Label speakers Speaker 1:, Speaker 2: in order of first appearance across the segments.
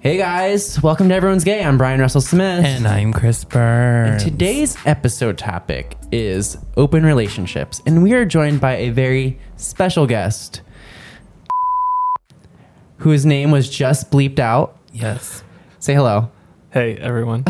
Speaker 1: Hey guys, welcome to Everyone's Gay. I'm Brian Russell Smith.
Speaker 2: And I'm Chris Burns.
Speaker 1: Today's episode topic is open relationships, and we are joined by a very special guest whose name was just bleeped out.
Speaker 2: yes,
Speaker 1: Say hello.
Speaker 3: Hey everyone.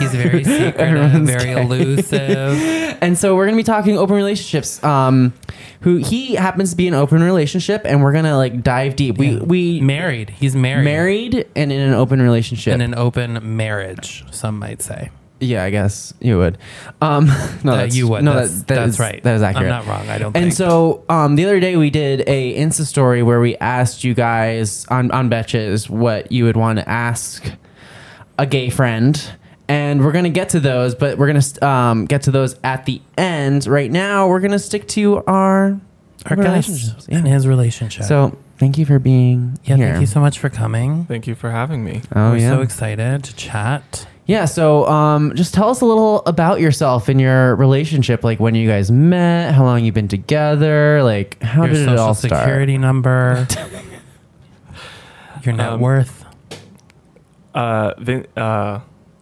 Speaker 2: he's very secretive,
Speaker 1: Everyone's
Speaker 2: very
Speaker 1: gay.
Speaker 2: elusive.
Speaker 1: And so we're gonna be talking open relationships. Um, who he happens to be in an open relationship, and we're gonna like dive deep. We we
Speaker 2: married. He's married.
Speaker 1: married and in an open relationship.
Speaker 2: In an open marriage, some might say.
Speaker 1: Yeah, I guess you would. Um, no,
Speaker 2: Uh,
Speaker 1: that's,
Speaker 2: you would.
Speaker 1: No,
Speaker 2: That's-
Speaker 1: that- that
Speaker 2: that's
Speaker 1: is-
Speaker 2: right.
Speaker 1: That is
Speaker 2: I'm
Speaker 1: accurate.
Speaker 2: not wrong, I don't
Speaker 1: And
Speaker 2: think.
Speaker 1: so um, the other day we did a Insta story where we asked you guys on on Betches what you would want to ask a gay friend, and we're gonna get to those, but we're gonna um, get to those at the end. Right now, we're gonna stick to our
Speaker 2: Our guest
Speaker 1: relationships. Yeah.
Speaker 2: and his relationship.
Speaker 1: So thank you for being
Speaker 2: yeah,
Speaker 1: here.
Speaker 2: thank you so much for coming.
Speaker 3: Thank you for having me.
Speaker 1: Oh
Speaker 2: We're
Speaker 1: yeah.
Speaker 2: so excited to chat.
Speaker 1: Yeah, so um, just tell us a little about yourself and your relationship, like when you guys met, how long you've been together, like how
Speaker 2: Your
Speaker 1: did
Speaker 2: social
Speaker 1: it all start?
Speaker 2: security number. Your net
Speaker 3: Um,
Speaker 2: worth.
Speaker 3: Uh, Vin, uh,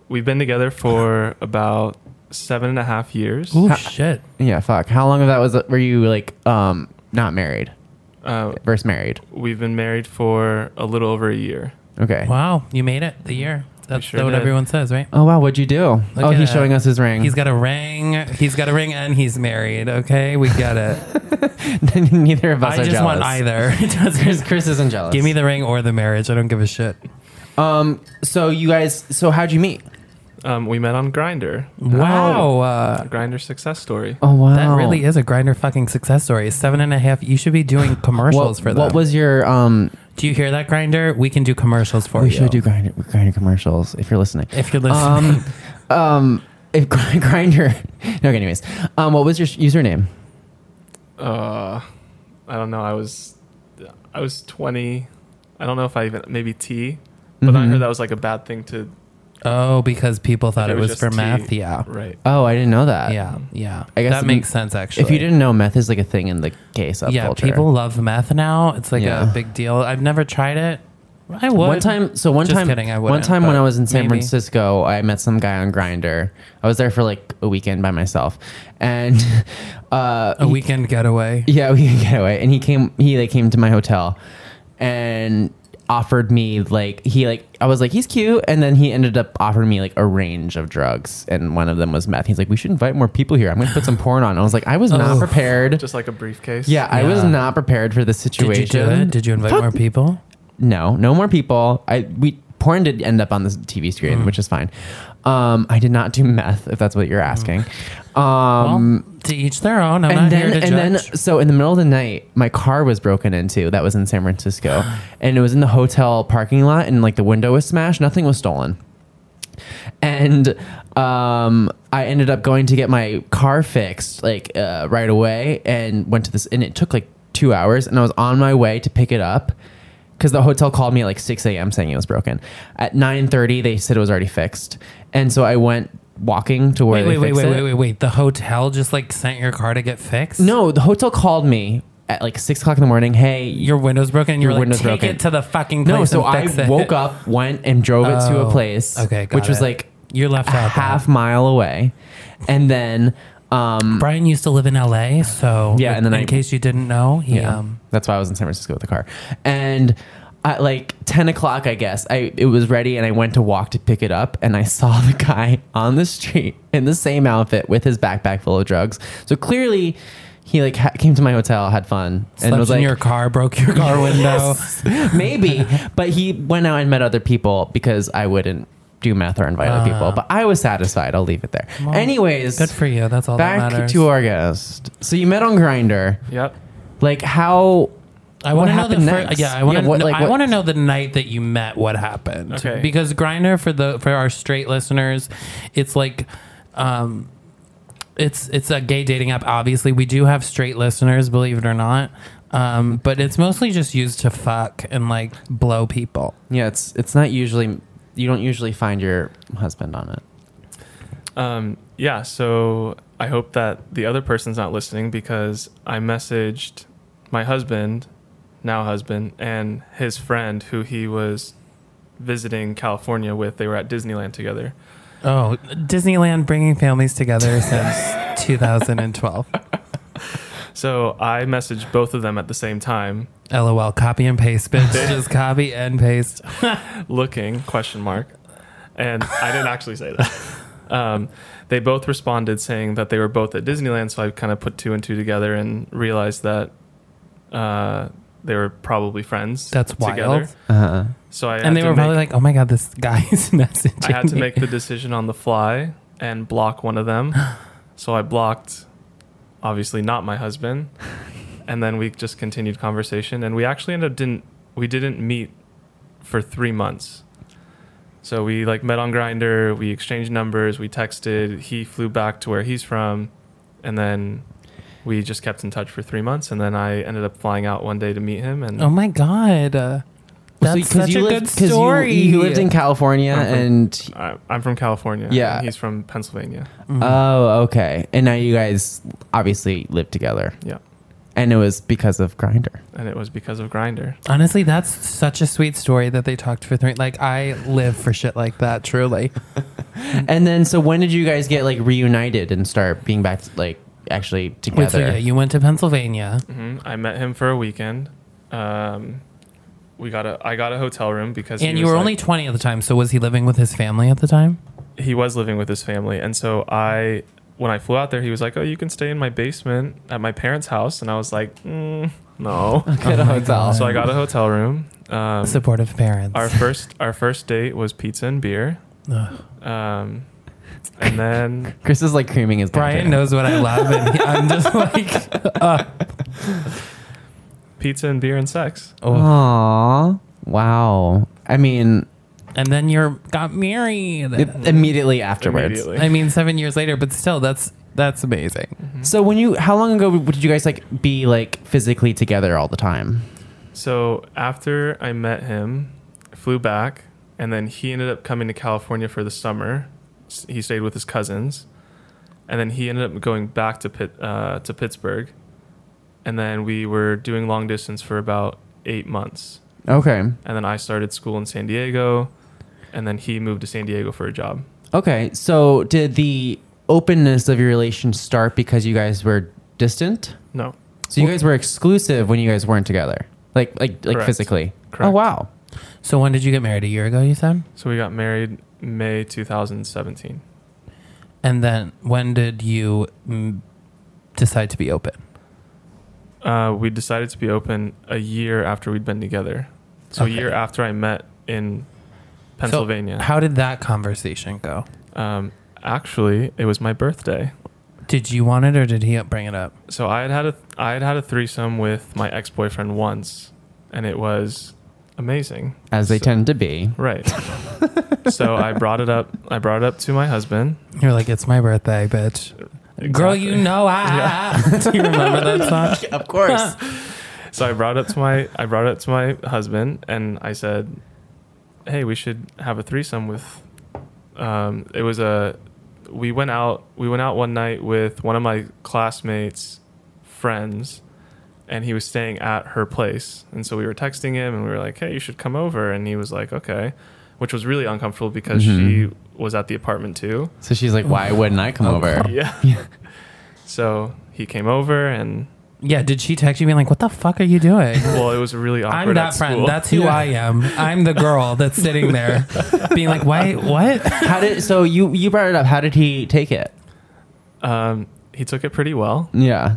Speaker 3: we've been together for about seven and a half years.
Speaker 2: Oh
Speaker 1: ha-
Speaker 2: shit.
Speaker 1: Yeah, fuck. How long of that was uh, were you like um not married
Speaker 3: Uh,
Speaker 1: versus married?
Speaker 3: we've been married for a little over a year.
Speaker 1: Okay.
Speaker 2: Wow, you made it the year. That's
Speaker 3: sure
Speaker 2: what
Speaker 3: did.
Speaker 2: everyone says, right?
Speaker 1: Oh wow, what'd you do?
Speaker 2: Look
Speaker 1: oh,
Speaker 2: at
Speaker 1: he's
Speaker 2: that.
Speaker 1: showing us his ring.
Speaker 2: He's got a ring. He's got a ring, and he's married. Okay, we get it.
Speaker 1: Neither of us
Speaker 2: I
Speaker 1: are
Speaker 2: just
Speaker 1: jealous.
Speaker 2: want either. It
Speaker 1: Chris,
Speaker 2: doesn't-
Speaker 1: Chris isn't jealous.
Speaker 2: Give me the ring or the marriage. I don't give a shit.
Speaker 1: Um. So you guys. So how'd you meet?
Speaker 3: Um, we met on Grinder.
Speaker 2: Wow.
Speaker 3: A
Speaker 2: Uh,
Speaker 3: Grinder success story.
Speaker 1: Oh wow.
Speaker 2: that really is a grinder fucking success story. Seven and a half. You should be doing commercials
Speaker 1: What,
Speaker 2: for that.
Speaker 1: what was your um?
Speaker 2: Do you hear that grinder? We can do commercials for
Speaker 1: We
Speaker 2: you.
Speaker 1: should do grinder grinder commercials if you're listening.
Speaker 2: If you're listening.
Speaker 1: um, um, if grinder. No, okay, anyways, um, what was your sh- username?
Speaker 3: Uh, I don't know. I was, I was twenty. I don't know if I even maybe T, but I
Speaker 1: Mhm.
Speaker 3: heard that was like a bad thing to.
Speaker 2: oh, because people thought
Speaker 3: It
Speaker 2: it
Speaker 3: was
Speaker 2: was,
Speaker 3: just
Speaker 2: for
Speaker 3: tea.
Speaker 2: math. Yeah.
Speaker 3: Right.
Speaker 1: Oh, I didn't know that.
Speaker 2: Yeah. Yeah.
Speaker 1: I guess
Speaker 2: that
Speaker 1: if
Speaker 2: makes
Speaker 1: you-
Speaker 2: sense, actually.
Speaker 1: If you didn't know, meth is like a thing in the gay subculture.
Speaker 2: Yeah. People love meth now. It's like
Speaker 1: Yeah.
Speaker 2: a big deal. I've never tried it. I would.
Speaker 1: One time, so one
Speaker 2: Just
Speaker 1: time,
Speaker 2: kidding, I
Speaker 1: one
Speaker 2: wouldn't,
Speaker 1: time when
Speaker 2: but
Speaker 1: I was in San
Speaker 2: maybe.
Speaker 1: Francisco, I met some guy on Grinder. I was there for like a weekend by myself, and uh,
Speaker 2: A weekend getaway.
Speaker 1: Yeah, we can get away. And he came. He like came to my hotel, and offered me like he like I was like he's cute, and then he ended up offering me like a range of drugs, and one of them was meth. He's like, we should invite more people here. I'm gonna put some porn on. I was like, I was not
Speaker 2: Oh.
Speaker 1: prepared.
Speaker 3: Just like a briefcase.
Speaker 1: yeah, I was
Speaker 2: Yeah.
Speaker 1: not prepared for this
Speaker 2: Did
Speaker 1: situation.
Speaker 2: you do it? Did you invite
Speaker 1: Fuck.
Speaker 2: more people?
Speaker 1: No, no more people. I we porn did end up on the TV screen, which is fine. Um, I did not do meth, if that's what you're asking. Um,
Speaker 2: well, to each their own. I'm not
Speaker 1: and then
Speaker 2: here to
Speaker 1: and
Speaker 2: judge.
Speaker 1: then so in the middle of the night my car was broken into that was in san francisco and it was in the hotel parking lot and like the window was smashed nothing was stolen and um, I ended up going to get my car fixed like uh, right away, and went to this, and it took like two hours, and I was on my way to pick it up because the hotel called me at like six a.m. saying it was broken. At nine thirty, they said it was already fixed, and so I went walking to where
Speaker 2: wait,
Speaker 1: they
Speaker 2: wait, wait,
Speaker 1: fixed
Speaker 2: wait,
Speaker 1: it.
Speaker 2: wait, wait, wait. The hotel just like sent your car to get fixed?
Speaker 1: No, the hotel called me at like six o'clock in the morning. Hey,
Speaker 2: Your window's broken. And you're
Speaker 1: Your
Speaker 2: like,
Speaker 1: window's
Speaker 2: take
Speaker 1: broken.
Speaker 2: it to the fucking place.
Speaker 1: no. So I
Speaker 2: and fix it."
Speaker 1: woke up, went and drove it to a
Speaker 2: Oh,
Speaker 1: place,
Speaker 2: okay, got
Speaker 1: which was
Speaker 2: it.
Speaker 1: like
Speaker 2: You're
Speaker 1: a
Speaker 2: left out.
Speaker 1: half mile away, and then um,
Speaker 2: Mm. Brian used to live in LA, so
Speaker 1: Yeah, and then
Speaker 2: in
Speaker 1: I-
Speaker 2: case you didn't know, he
Speaker 1: yeah,
Speaker 2: um
Speaker 1: that's why I was in San Francisco with the car. And at like ten o'clock, I guess I it was ready, and I went to walk to pick it up, and I saw the guy on the street in the same outfit with his backpack full of drugs. So clearly. He like ha- came to my hotel, had fun,
Speaker 2: slept
Speaker 1: and was
Speaker 2: in
Speaker 1: like,
Speaker 2: your car, broke your car window.
Speaker 1: maybe but he went out and met other people because i wouldn't do meth or invite other people but i was satisfied i'll leave it there
Speaker 2: Ah. Well,
Speaker 1: anyways
Speaker 2: Good for you. That's all that
Speaker 1: back
Speaker 2: matters.
Speaker 1: to our guest so you met on grinder
Speaker 3: Yep.
Speaker 1: like how
Speaker 2: I
Speaker 1: what
Speaker 2: want to know the
Speaker 1: happened
Speaker 2: fir-
Speaker 1: next?
Speaker 2: yeah. I want to
Speaker 1: Yeah, what- like,
Speaker 2: I
Speaker 1: what-
Speaker 2: want to know the night that you met. What happened?
Speaker 3: Okay.
Speaker 2: Because Grinder for the for our straight listeners, it's like, um, it's it's a gay dating app. Obviously, we do have straight listeners, believe it or not. Um, but it's mostly just used to fuck and like blow people.
Speaker 1: yeah it's it's not usually you don't usually find your husband on it
Speaker 3: Um, yeah, so I hope that the other person's not listening because I messaged my husband, now husband, and his friend who he was visiting California with. They were at Disneyland together.
Speaker 2: Oh, Disneyland bringing families together since 2012.
Speaker 3: So I messaged both of them at the same time,
Speaker 2: LOL, copy and paste, bitch. Just copy and paste.
Speaker 3: looking question mark, and I didn't actually say that. Um, they both responded saying that they were both at Disneyland. So I kind of put two and two together and realized that uh, they were probably friends.
Speaker 2: That's wild.
Speaker 3: together.
Speaker 1: Uh-huh.
Speaker 3: So I had
Speaker 2: And they
Speaker 3: to
Speaker 2: were
Speaker 3: make-
Speaker 2: probably like, oh my God, this guy's messaging.
Speaker 3: I had to
Speaker 2: me."
Speaker 3: make the decision on the fly and block one of them. So I blocked, obviously not my husband, and then we just continued conversation. And we actually ended up didn't we didn't meet for three months. So we like met on Grinder. We exchanged numbers. We texted. He flew back to where he's from, and then we just kept in touch for three months. And then I ended up flying out one day to meet him. And
Speaker 2: Oh my God. Uh,
Speaker 1: Well,
Speaker 2: That's
Speaker 1: so-
Speaker 2: such a
Speaker 1: lived-
Speaker 2: good
Speaker 1: 'cause you-
Speaker 2: story. Mm-hmm.
Speaker 1: You, lived in California,
Speaker 3: I'm from-
Speaker 1: and
Speaker 3: I, I'm from California.
Speaker 1: Yeah.
Speaker 3: and he's from Pennsylvania.
Speaker 2: Mm-hmm.
Speaker 1: oh, okay. And now you guys obviously live together,
Speaker 3: Yeah,
Speaker 1: and it was because of Grinder.
Speaker 3: and it was because of Grinder.
Speaker 2: Honestly, that's such a sweet story that they talked for three. Like, I live for shit like that, truly.
Speaker 1: And then, so when did you guys get like reunited and start being back like actually
Speaker 2: Wait, so yeah,
Speaker 1: together?
Speaker 2: you went to Pennsylvania.
Speaker 3: hmm I met him for a weekend. Um, we got a I got a hotel room because he
Speaker 2: And you
Speaker 3: was
Speaker 2: were
Speaker 3: like-
Speaker 2: only 20 at the time. So was he living with his family at the time?
Speaker 3: he was living with his family, and so I when I flew out there, he was like, "Oh, you can stay in my basement at my parents' house," and I was like, mm, "No."
Speaker 1: Get a hotel.
Speaker 3: so I got a hotel room. Um,
Speaker 2: Supportive parents.
Speaker 3: our first our first date was pizza and beer,
Speaker 2: Ugh.
Speaker 3: um, and then
Speaker 1: Chris is like creaming his
Speaker 2: Brian
Speaker 1: No,
Speaker 2: knows what I love. And he, I'm just like, uh,
Speaker 3: pizza and beer and sex.
Speaker 2: oh.
Speaker 1: Aww. Wow. I mean,
Speaker 2: And then you got married.
Speaker 1: it, immediately afterwards.
Speaker 3: Immediately.
Speaker 2: I mean, seven years later, but still, that's that's amazing.
Speaker 3: Mm-hmm.
Speaker 1: So when you, how long ago did you guys like be like physically together all the time?
Speaker 3: So after I met him, flew back, and then he ended up coming to California for the summer. S- He stayed with his cousins, and then he ended up going back to Pit, uh, to Pittsburgh, and then we were doing long distance for about eight months,
Speaker 1: Okay.
Speaker 3: and then I started school in San Diego, and then he moved to San Diego for a job.
Speaker 1: Okay. So did the openness of your relation start because you guys were distant?
Speaker 3: No,
Speaker 1: So you guys were exclusive when you guys weren't together, like like like
Speaker 3: Correct.
Speaker 1: physically. Oh
Speaker 3: Correct.
Speaker 1: wow.
Speaker 2: So when did you get married? A year ago, you said?
Speaker 3: so we got married May 2017.
Speaker 2: And then when did you mm, decide to be open?
Speaker 3: Uh, we decided to be open a year after we'd been together. So
Speaker 2: Okay.
Speaker 3: a year after I met in Pennsylvania.
Speaker 2: How did that conversation go?
Speaker 3: um, actually, it was my birthday.
Speaker 2: Did you want it or did he bring it up?
Speaker 3: So I had had a I had had a threesome with my ex boyfriend once, and it was amazing.
Speaker 1: As they
Speaker 3: So-
Speaker 1: tend to be.
Speaker 3: Right. so I brought it up. I brought it up to my husband.
Speaker 2: You're like, it's my birthday, bitch. Girl, you
Speaker 3: Exactly.
Speaker 2: know ah. I. Do you remember that song?
Speaker 1: Of course.
Speaker 3: So I brought it up to my I brought it up to my husband, and I said, "Hey, we should have a threesome with." Um, it was a we went out we went out one night with one of my classmates' friends, and he was staying at her place, and so we were texting him, and we were like, "Hey, you should come over," and he was like, "Okay," which was really uncomfortable because she was at the apartment too.
Speaker 1: so she's like, why wouldn't I come over?
Speaker 3: Yeah. so he came over and.
Speaker 2: Yeah, did she text you being like, what the fuck are you doing?
Speaker 3: Well, it was really awkward.
Speaker 2: I'm
Speaker 3: at
Speaker 2: that friend.
Speaker 3: school.
Speaker 2: That's who I am. I'm the girl that's sitting there being like, wait, what?
Speaker 1: How did so you you brought it up? How did he take it?
Speaker 3: Um, he took it pretty well.
Speaker 1: Yeah.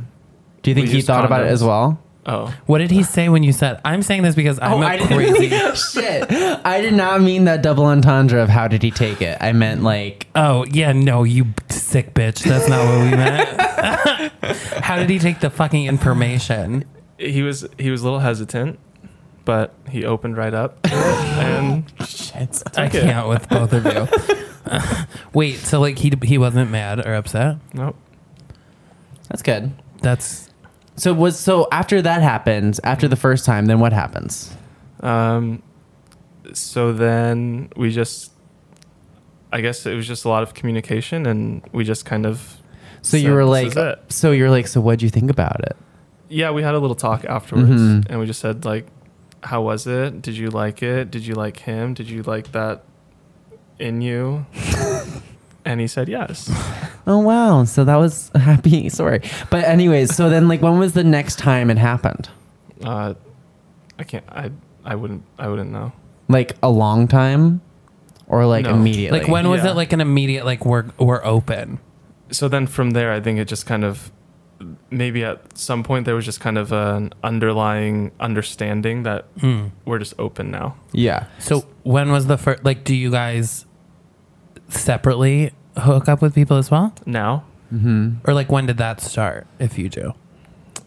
Speaker 1: Do you think
Speaker 3: We
Speaker 1: he
Speaker 3: used
Speaker 1: thought about it as
Speaker 3: condoms.
Speaker 1: well?
Speaker 3: Oh,
Speaker 2: What did he say when you said, I'm saying this because
Speaker 1: Oh,
Speaker 2: I'm a crazy.
Speaker 1: shit. I did not mean that double entendre of how did he take it. I meant like
Speaker 2: Oh, yeah, no, you sick bitch. That's not what we meant. How did he take the fucking information?
Speaker 3: he was he was a little hesitant, but he opened right up, and
Speaker 1: shit.
Speaker 2: I
Speaker 3: Okay.
Speaker 2: can't with both of you. Wait, so like he he wasn't mad or upset?
Speaker 3: nope.
Speaker 1: That's good.
Speaker 2: That's
Speaker 1: So was so after that happens, after the first time, then what happens?
Speaker 3: Um, so then we just, I guess it was just a lot of communication, and we just kind of.
Speaker 1: So you
Speaker 3: said,
Speaker 1: were
Speaker 3: "This
Speaker 1: like
Speaker 3: is it."
Speaker 1: so you were like, so what'd you think about it?
Speaker 3: yeah, we had a little talk afterwards,
Speaker 1: Mhm.
Speaker 3: and we just said like, how was it? Did you like it? Did you like him? Did you like that in you? and he said yes.
Speaker 1: Oh wow! So that was a happy story. But anyways, so then like when was the next time it happened?
Speaker 3: Uh, I can't. I I wouldn't. I wouldn't know.
Speaker 1: Like a long time, or like
Speaker 3: No.
Speaker 1: immediately?
Speaker 2: Like when was
Speaker 3: Yeah.
Speaker 2: it like an immediate like we're we're open?
Speaker 3: So then from there, I think it just kind of maybe at some point there was just kind of an underlying understanding that
Speaker 2: Mm.
Speaker 3: we're just open now.
Speaker 1: Yeah.
Speaker 2: So when was the first like do you guys separately hook up with people as well?
Speaker 3: Now,
Speaker 1: Mm-hmm.
Speaker 2: Or like when did that start if you do?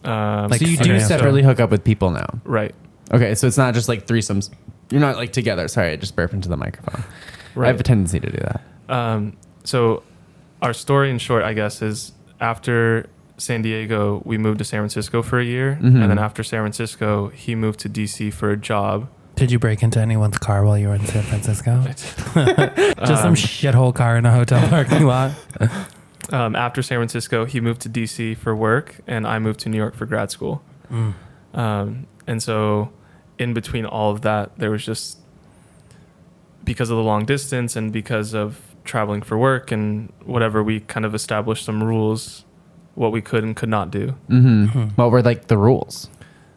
Speaker 3: um,
Speaker 2: Like,
Speaker 1: so you do
Speaker 2: okay, so-
Speaker 1: separately hook up with people now.
Speaker 3: right?
Speaker 1: Okay, so it's not just like threesomes. You're not like together. Sorry, I just burped into the microphone. I
Speaker 3: Right.
Speaker 1: have a tendency to do that.
Speaker 3: Um, so, our story in short, I guess, is after San Diego, we moved to San Francisco for a year,
Speaker 1: Mhm.
Speaker 3: and then after San Francisco, he moved to DC for a job.
Speaker 2: Did you break into anyone's car while you were in San Francisco? Just some
Speaker 3: Um,
Speaker 2: shithole car in a hotel parking lot.
Speaker 3: um, after San Francisco, he moved to DC for work, and I moved to New York for grad school.
Speaker 2: Mm.
Speaker 3: Um, and so, in between all of that, there was just because of the long distance and because of traveling for work and whatever, we kind of established some rules, what we could and could not do.
Speaker 1: Mm-hmm.
Speaker 2: Mhm.
Speaker 1: What were like the rules?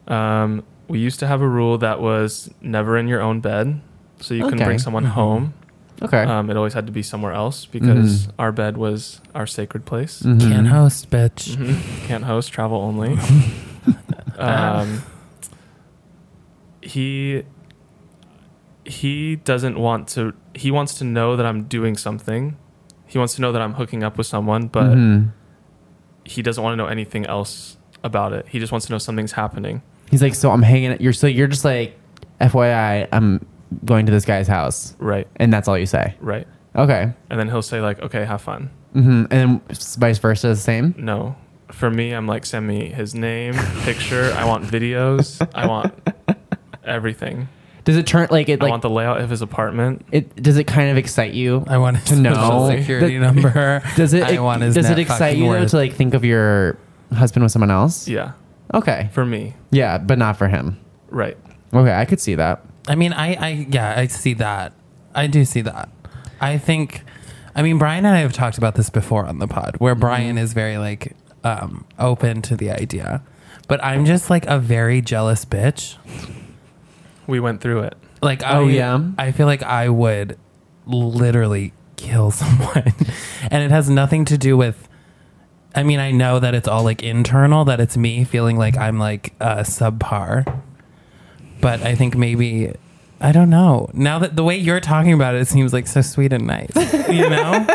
Speaker 3: Um, we used to have a rule that was never in your own bed, so you couldn't
Speaker 1: Okay.
Speaker 3: bring someone
Speaker 2: Mhm.
Speaker 3: home.
Speaker 1: Okay.
Speaker 3: Um, it always had to be somewhere else because our bed was our sacred place.
Speaker 1: Mhm.
Speaker 2: Mm-hmm. Can't host, bitch.
Speaker 3: Mhm. Can't host, travel only. um, he he doesn't want to. He wants to know that I'm doing something. He wants to know that I'm hooking up with someone, but
Speaker 1: Mhm.
Speaker 3: he doesn't want to know anything else about it. He just wants to know something's happening.
Speaker 1: he's like, so I'm hanging. You're so you're just like, FYI, I'm going to this guy's house,
Speaker 3: Right,
Speaker 1: and that's all you say.
Speaker 3: right.
Speaker 1: Okay.
Speaker 3: And then he'll say like, "Okay, have fun."
Speaker 1: Mm-hmm. And s- vice versa, the same.
Speaker 3: No. For me, I'm like, send me his name, picture. I want videos. I want everything.
Speaker 1: Does it turn like it
Speaker 3: I
Speaker 1: like
Speaker 3: want the layout of his apartment.
Speaker 1: it? Does it kind of excite you?
Speaker 2: I want his
Speaker 1: To know.
Speaker 2: social security
Speaker 1: That-
Speaker 2: number.
Speaker 1: Does it?
Speaker 2: I want his
Speaker 1: does it
Speaker 2: net
Speaker 1: excite
Speaker 2: fucking
Speaker 1: you though
Speaker 2: worth.
Speaker 1: to like think of your husband with someone else?
Speaker 3: Yeah,
Speaker 1: Okay.
Speaker 3: for me.
Speaker 1: Yeah, but not for him.
Speaker 3: Right.
Speaker 1: Okay, I could see that.
Speaker 2: I mean, I, I, yeah, I see that. I do see that. I think, I mean, Brian and I have talked about this before on the pod,
Speaker 1: Mm-hmm.
Speaker 2: where Brian is very like um, open to the idea, but I'm just like a very jealous bitch.
Speaker 3: We went through it.
Speaker 2: Like,
Speaker 1: Oh,
Speaker 2: I,
Speaker 1: yeah?
Speaker 2: I feel like I would literally kill someone, and it has nothing to do with. I mean, I know that it's all like internal, that it's me feeling like I'm like uh, subpar, but I think maybe I don't know. Now that the way you're talking about it, it seems like so sweet and nice, you know?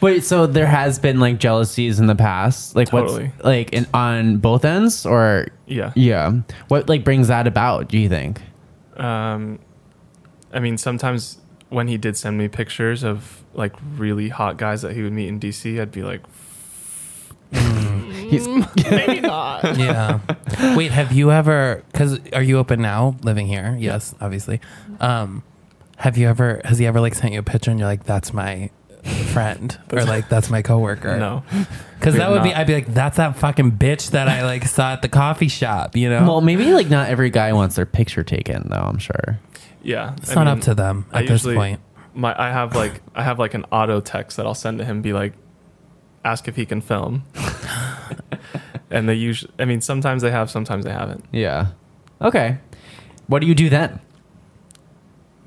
Speaker 1: Wait, so there has been like jealousies in the past, like
Speaker 3: Totally.
Speaker 1: what's like in, on both ends, or
Speaker 3: Yeah.
Speaker 1: yeah, what like brings that about? Do you think?
Speaker 3: Um, I mean, sometimes when he did send me pictures of like really hot guys that he would meet in DC, I'd be like,
Speaker 1: He's
Speaker 2: yeah. Wait, have you ever? Because are you open now, living here? Yes, obviously. Um, have you ever? Has he ever like sent you a picture and you're like, "That's my friend," or like, "That's my coworker"?
Speaker 3: no.
Speaker 2: because that would be.
Speaker 3: Not-
Speaker 2: I'd be like, "That's that fucking bitch that I like saw at the coffee shop." You know,
Speaker 1: well, maybe like not every guy wants their picture taken, though. I'm sure.
Speaker 3: Yeah.
Speaker 2: it's
Speaker 3: I
Speaker 2: not
Speaker 3: mean,
Speaker 2: up to them
Speaker 3: I
Speaker 2: at this
Speaker 3: usually-
Speaker 2: point.
Speaker 3: My, I have like I have like an auto text that I'll send to him, be like, ask if he can film. and they usually, I mean, sometimes they have, sometimes they haven't.
Speaker 1: Yeah. Okay. What do you do then?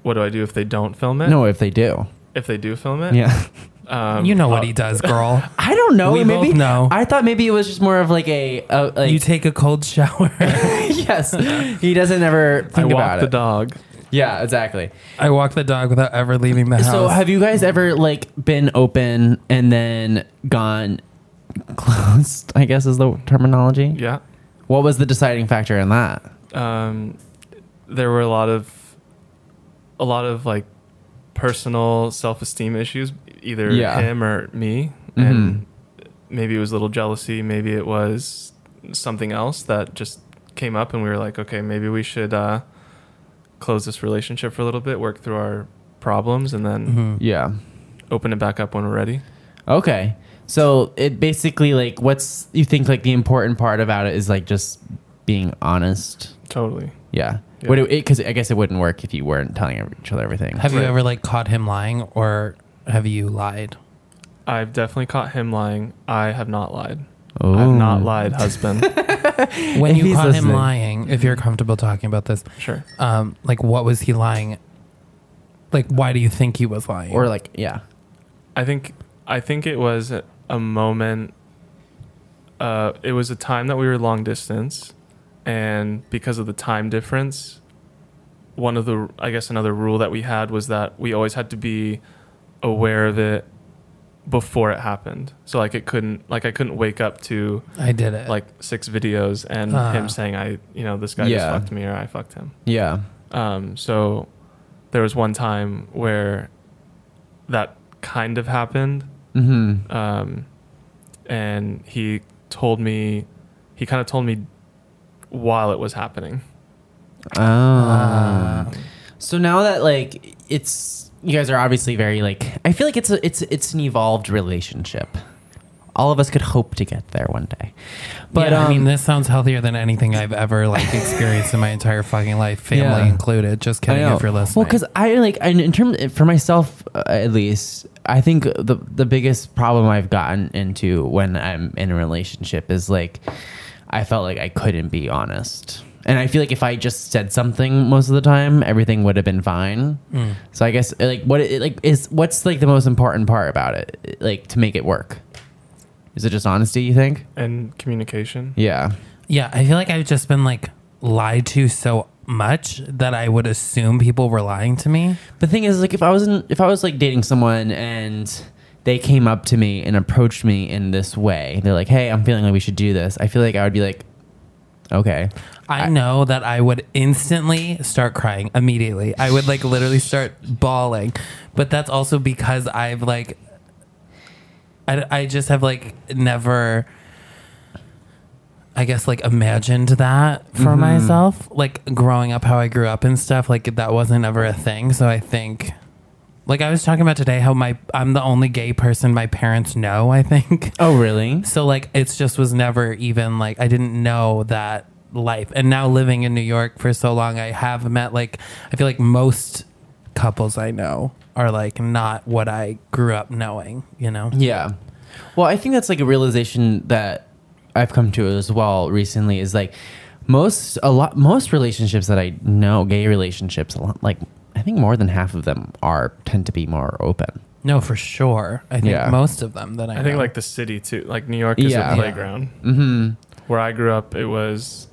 Speaker 3: What do I do if they don't film it?
Speaker 1: No, if they do.
Speaker 3: If they do film it,
Speaker 1: Yeah.
Speaker 3: Um,
Speaker 2: you know what
Speaker 3: I'll-
Speaker 2: he does, girl.
Speaker 1: I don't know.
Speaker 2: We
Speaker 1: maybe
Speaker 2: both know.
Speaker 1: I thought maybe it was just more of like a, a like
Speaker 2: you take a cold shower.
Speaker 1: yes. He doesn't ever
Speaker 3: I
Speaker 1: think
Speaker 3: walk
Speaker 1: about
Speaker 3: the
Speaker 1: it.
Speaker 3: dog.
Speaker 1: yeah, exactly.
Speaker 2: I walk the dog without ever leaving the house.
Speaker 1: So have you guys ever like been open and then gone closed? I guess is the terminology.
Speaker 3: Yeah.
Speaker 1: What was the deciding factor in that?
Speaker 3: Um, there were a lot of, a lot of like, personal self-esteem issues, either
Speaker 1: Yeah.
Speaker 3: him or me, and maybe it was a little jealousy, maybe it was something else that just came up, and we were like, okay, maybe we should uh, close this relationship for a little bit, work through our problems, and then
Speaker 2: Mhm.
Speaker 1: Yeah.
Speaker 3: open it back up when we're ready.
Speaker 1: Okay. So it basically like what's you think like the important part about it is like just being honest.
Speaker 3: Totally.
Speaker 1: Yeah.
Speaker 3: Yeah.
Speaker 1: Would it? Because I guess it wouldn't work if you weren't telling each other everything.
Speaker 2: Have you
Speaker 3: Right.
Speaker 2: ever like caught him lying or have you lied?
Speaker 3: I've definitely caught him lying. I have not lied.
Speaker 1: Oh.
Speaker 3: I've not lied, husband.
Speaker 2: When
Speaker 1: If
Speaker 2: you
Speaker 1: he's
Speaker 2: caught him
Speaker 1: listening.
Speaker 2: lying, if you're comfortable talking about this,
Speaker 3: sure.
Speaker 2: um, like what was he lying? Like why do you think he was lying?
Speaker 1: Or like, yeah.
Speaker 3: I think I think it was a moment. Uh, it was a time that we were long distance, and because of the time difference, one of the I guess another rule that we had was that we always had to be aware of it before it happened. So like it couldn't like I couldn't wake up to
Speaker 2: I did it.
Speaker 3: like six videos and
Speaker 2: Ah.
Speaker 3: him saying I you know this guy just
Speaker 1: Yeah.
Speaker 3: fucked me or I fucked him.
Speaker 1: Yeah.
Speaker 3: Um, so there was one time where that kind of happened
Speaker 1: Mm-hmm.
Speaker 3: um, and he told me he kind of told me while it was happening
Speaker 1: Oh.
Speaker 3: Uh,
Speaker 1: Uh-huh. So now that like it's you guys are obviously very like I feel like it's a it's it's an evolved relationship. All of us could hope to get there one day. But
Speaker 2: But I mean,
Speaker 1: um,
Speaker 2: this sounds healthier than anything I've ever like experienced in my entire fucking life, family
Speaker 1: Yeah.
Speaker 2: included. Just kidding,
Speaker 1: I know.
Speaker 2: if you're listening.
Speaker 1: Well, because I like in, in terms for myself uh, at least, I think the the biggest problem I've gotten into when I'm in a relationship is like I felt like I couldn't be honest, and I feel like if I just said something most of the time, everything would have been fine. So I guess like what it, like is what's like the most important part about it, like to make it work. Is it just honesty? You think?
Speaker 3: and communication
Speaker 1: Yeah.
Speaker 2: yeah, I feel like I've just been like lied to so much that I would assume people were lying to me.
Speaker 1: the thing is like if i was in, if i was like dating someone and they came up to me and approached me in this way they're like hey i'm feeling like we should do this i feel like i would be like okay
Speaker 2: I, know that I would instantly start crying immediately. I would like literally start bawling. But that's also because I've like, I, I just have like never, I guess, like imagined that for myself. Like growing up, how I grew up and stuff, like that wasn't ever a thing. So I think. Like I was talking about today, how my I'm the only gay person my parents know. I think
Speaker 1: oh really
Speaker 2: so like it's just was never even like I didn't know that life. And now living in New York for so long, I have met like I feel like most couples I know are like not what I grew up knowing, you know.
Speaker 1: yeah well i think that's like a realization that i've come to as well recently is like most a lot most relationships that i know gay relationships a lot like i think more than half of them are tend to be more open
Speaker 2: No, for sure. I think
Speaker 1: Yeah.
Speaker 2: most of them that I,
Speaker 3: i think
Speaker 2: know.
Speaker 3: like the city too like new york is
Speaker 1: Yeah. Yeah.
Speaker 3: a playground
Speaker 1: mm-hmm
Speaker 3: where i grew up it was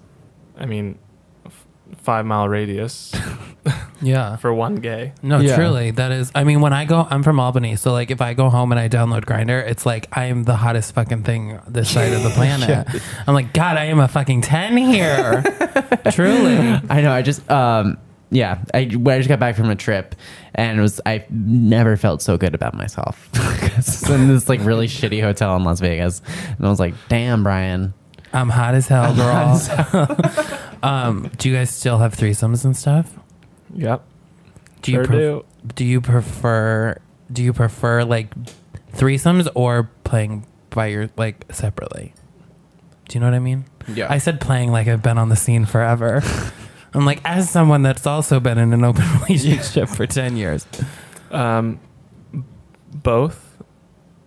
Speaker 3: i mean f- five mile radius
Speaker 2: yeah.
Speaker 3: for one gay
Speaker 2: No,
Speaker 1: Yeah.
Speaker 2: truly, that is. I mean, when I go, I'm from Albany, so like if I go home and I download Grinder, it's like I am the hottest fucking thing this side of the planet. I'm like, God, I am a fucking ten here. truly,
Speaker 1: I know. I just um yeah. I when I just got back from a trip, and it was I never felt so good about myself. 'Cause it's in this like really shitty hotel in Las Vegas, and I was like, damn, Brian.
Speaker 2: I'm hot as hell, girl. um, do you guys still have threesomes and stuff?
Speaker 3: yep
Speaker 2: Do you
Speaker 3: sure
Speaker 2: pref-
Speaker 3: do.
Speaker 2: do you prefer do you prefer like threesomes or playing by your like separately? Do you know what I mean?
Speaker 1: Yeah.
Speaker 2: I said playing like I've been on the scene forever. I'm like as someone that's also been in an open relationship for 10 years.
Speaker 3: Um, both.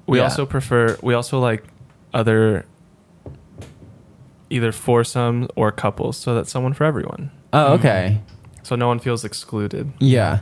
Speaker 3: We
Speaker 1: Yeah.
Speaker 3: also prefer. We also like other either foursomes or couples, so that's someone for everyone.
Speaker 1: oh okay.
Speaker 3: So no one feels excluded.
Speaker 1: Yeah.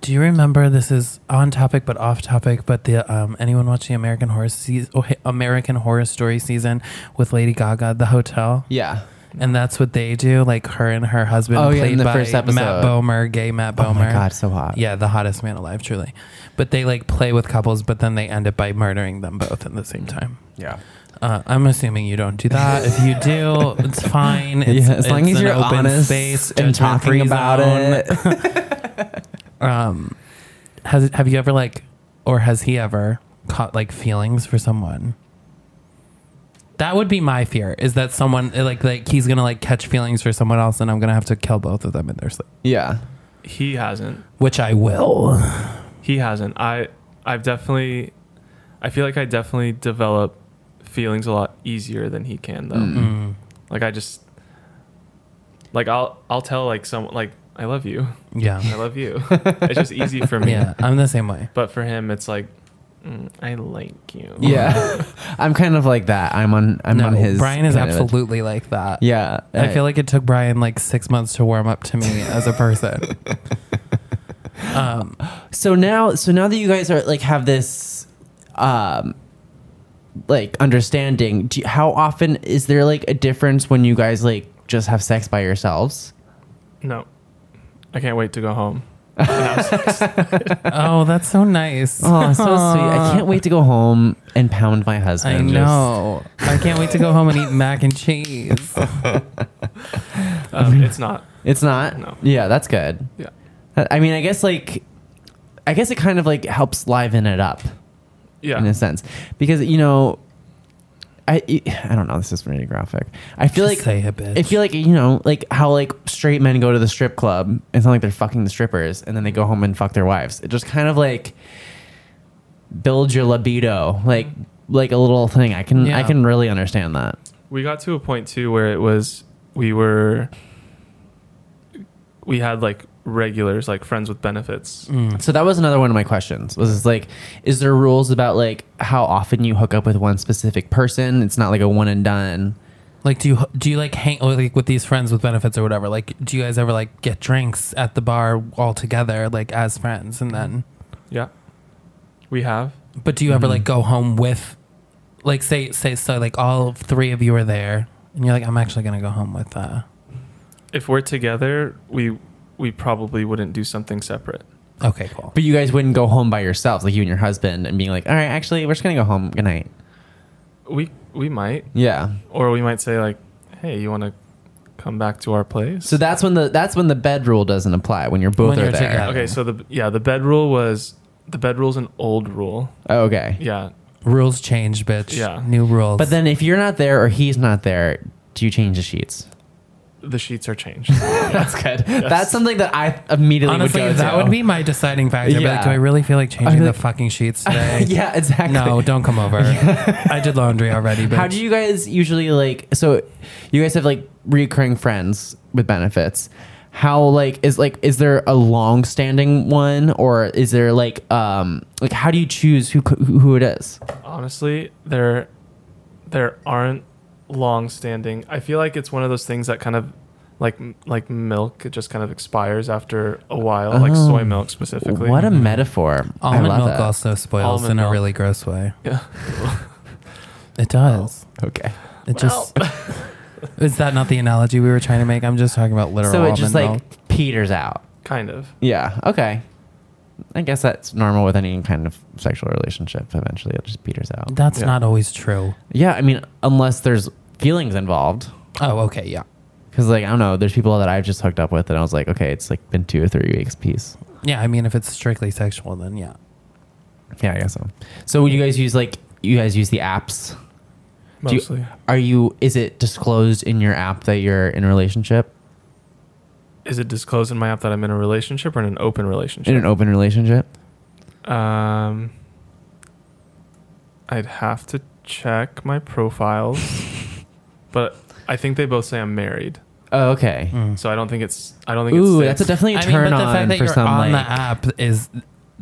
Speaker 2: Do you remember this is on topic but off topic? But the um, anyone watching American Horror season, American Horror Story season with Lady Gaga, the hotel,
Speaker 1: Yeah.
Speaker 2: and that's what they do. Like her and her husband,
Speaker 1: Oh, yeah,
Speaker 2: played
Speaker 1: in the
Speaker 2: by
Speaker 1: first episode.
Speaker 2: Matt Bomer, gay Matt Bomer.
Speaker 1: Oh my god, so hot.
Speaker 2: Yeah, the hottest man alive, truly. But they like play with couples, but then they end up by murdering them both at the same time.
Speaker 1: Yeah.
Speaker 2: Uh, I'm assuming you don't do that. If you do, it's fine. It's,
Speaker 1: yeah, as long
Speaker 2: it's
Speaker 1: as
Speaker 2: an
Speaker 1: you're
Speaker 2: open
Speaker 1: honest
Speaker 2: space
Speaker 1: and talking
Speaker 2: judgment-free
Speaker 1: about
Speaker 2: zone.
Speaker 1: it.
Speaker 2: Um, has have you ever like, or has he ever caught like feelings for someone? That would be my fear is that someone eh, like like he's gonna like catch feelings for someone else, and I'm gonna have to kill both of them in their sleep,
Speaker 1: Yeah.
Speaker 3: He hasn't.
Speaker 2: which I will.
Speaker 3: He hasn't. I. I've definitely. I feel like I definitely develop feelings a lot easier than he can, though.
Speaker 1: Mm.
Speaker 3: Like I just. Like I'll I'll tell like some like I love you. I
Speaker 2: Yeah.
Speaker 3: love you. it's just easy for me.
Speaker 2: Yeah. I'm the same way.
Speaker 3: But for him it's like mm, I like you.
Speaker 1: Yeah, I'm kind of like that. I'm on. I'm on his.
Speaker 2: Brian is
Speaker 1: kind of-
Speaker 2: absolutely like that.
Speaker 1: Yeah,
Speaker 2: I feel like it took Brian like six months to warm up to me as a person. um,
Speaker 1: so now. So now that you guys are like have this, um, like understanding. Do you, how often is there like a difference when you guys like just have sex by yourselves?
Speaker 3: No. I can't wait to go home.
Speaker 2: oh, that's so nice.
Speaker 1: Oh, so sweet. I can't wait to go home and pound my husband. Just-
Speaker 2: I know. I can't wait to go home and eat mac and cheese.
Speaker 3: Um, it's not.
Speaker 1: It's not.
Speaker 3: No.
Speaker 1: Yeah, that's good.
Speaker 3: Yeah.
Speaker 1: I I mean, I guess like, I guess it kind of like helps liven it up. in
Speaker 3: Yeah.
Speaker 1: a sense because you know i i don't know this is really graphic i feel
Speaker 2: Just
Speaker 1: like
Speaker 2: say it, bitch.
Speaker 1: i feel like you know like how like straight men go to the strip club it's not like they're fucking the strippers and then they go home and fuck their wives it just kind of like builds your libido like like a little thing i can i
Speaker 2: Yeah.
Speaker 1: can really understand that
Speaker 3: We got to a point too where it was we were we had like regulars, like friends with benefits.
Speaker 2: Mm.
Speaker 1: so that was another one of my questions was is like is there rules about like how often you hook up with one specific person it's not like a one and done
Speaker 2: like, do you do you like hang or, like with these friends with benefits or whatever? Like, do you guys ever like get drinks at the bar all together, like as friends, and then?
Speaker 3: Yeah. We have.
Speaker 2: But do you ever
Speaker 1: Mm-hmm.
Speaker 2: like go home with, like, say say so like all three of you are there, and you're like, I'm actually gonna go home with uh,
Speaker 3: If we're together, we we probably wouldn't do something separate.
Speaker 2: okay, cool.
Speaker 1: But you guys wouldn't go home by yourselves, like you and your husband, and being like, "All right, actually, we're just gonna go home. Good night."
Speaker 3: We we might,
Speaker 1: Yeah.
Speaker 3: or we might say like, "Hey, you want to come back to our place?"
Speaker 1: So that's when the that's when the bed rule doesn't apply when you're both
Speaker 2: When
Speaker 1: are
Speaker 2: you're
Speaker 1: there.
Speaker 2: together.
Speaker 3: okay, so the yeah the bed rule was the bed rule's an old rule.
Speaker 1: Oh, okay.
Speaker 3: Yeah,
Speaker 2: Rules change, bitch.
Speaker 3: Yeah.
Speaker 2: New rules.
Speaker 1: But then if you're not there or he's not there, do you change the sheets?
Speaker 3: the sheets are changed.
Speaker 1: That's good. That's something that I immediately
Speaker 2: honestly,
Speaker 1: would go
Speaker 2: that
Speaker 1: to.
Speaker 2: would be my deciding factor. I'd be
Speaker 1: Yeah.
Speaker 2: Like, do I really feel like changing
Speaker 1: like-
Speaker 2: the fucking sheets today?
Speaker 1: yeah, exactly.
Speaker 2: No, don't come over. I did laundry already. Bitch.
Speaker 1: How do you guys usually like? So, you guys have like recurring friends with benefits. How like is like is there a long-standing one or is there like um like how do you choose who co- who it is?
Speaker 3: Honestly, there there aren't long standing. I feel like it's one of those things that kind of like like milk it just kind of expires after a while, like soy milk specifically.
Speaker 1: Oh,
Speaker 3: Mm-hmm.
Speaker 1: What a metaphor!
Speaker 2: Mm-hmm. Almond
Speaker 1: I love
Speaker 2: milk
Speaker 1: that.
Speaker 2: also spoils
Speaker 3: Almond
Speaker 2: in a
Speaker 3: milk.
Speaker 2: really gross way.
Speaker 3: yeah.
Speaker 2: It does.
Speaker 1: Okay.
Speaker 2: It just. Is that not the analogy we were trying to make? I'm just talking about literal
Speaker 1: So it
Speaker 2: almond
Speaker 1: just
Speaker 2: milk.
Speaker 1: like peters out.
Speaker 3: kind of.
Speaker 1: Yeah. Okay. I guess that's normal with any kind of sexual relationship. Eventually, it just peters out.
Speaker 2: That's
Speaker 3: Yeah.
Speaker 2: not always true.
Speaker 1: Yeah. I mean, unless there's feelings involved.
Speaker 2: Oh, okay, yeah.
Speaker 1: Because like I don't know, there's people that I've just hooked up with, and I was like, okay, it's like been two or three weeks. Peace.
Speaker 2: Yeah, I mean, if it's strictly sexual, then yeah.
Speaker 1: Yeah, I guess so. So you guys use like you guys use the apps. Do you-
Speaker 3: Mostly.
Speaker 1: are you? Is it disclosed in your app that you're in a relationship,
Speaker 3: Is it disclosed in my app that I'm in a relationship or in an open relationship?
Speaker 1: in an open relationship?
Speaker 3: Um, I'd have to check my profiles, but I think they both say I'm married,
Speaker 1: Oh, okay.
Speaker 3: so I don't think it's. I don't think.
Speaker 1: Ooh,
Speaker 3: it's
Speaker 1: that's a
Speaker 3: fixed.
Speaker 1: definitely a turn
Speaker 2: but the
Speaker 1: on
Speaker 2: fact that
Speaker 1: for
Speaker 2: you're
Speaker 1: some
Speaker 2: on
Speaker 1: like
Speaker 2: the app is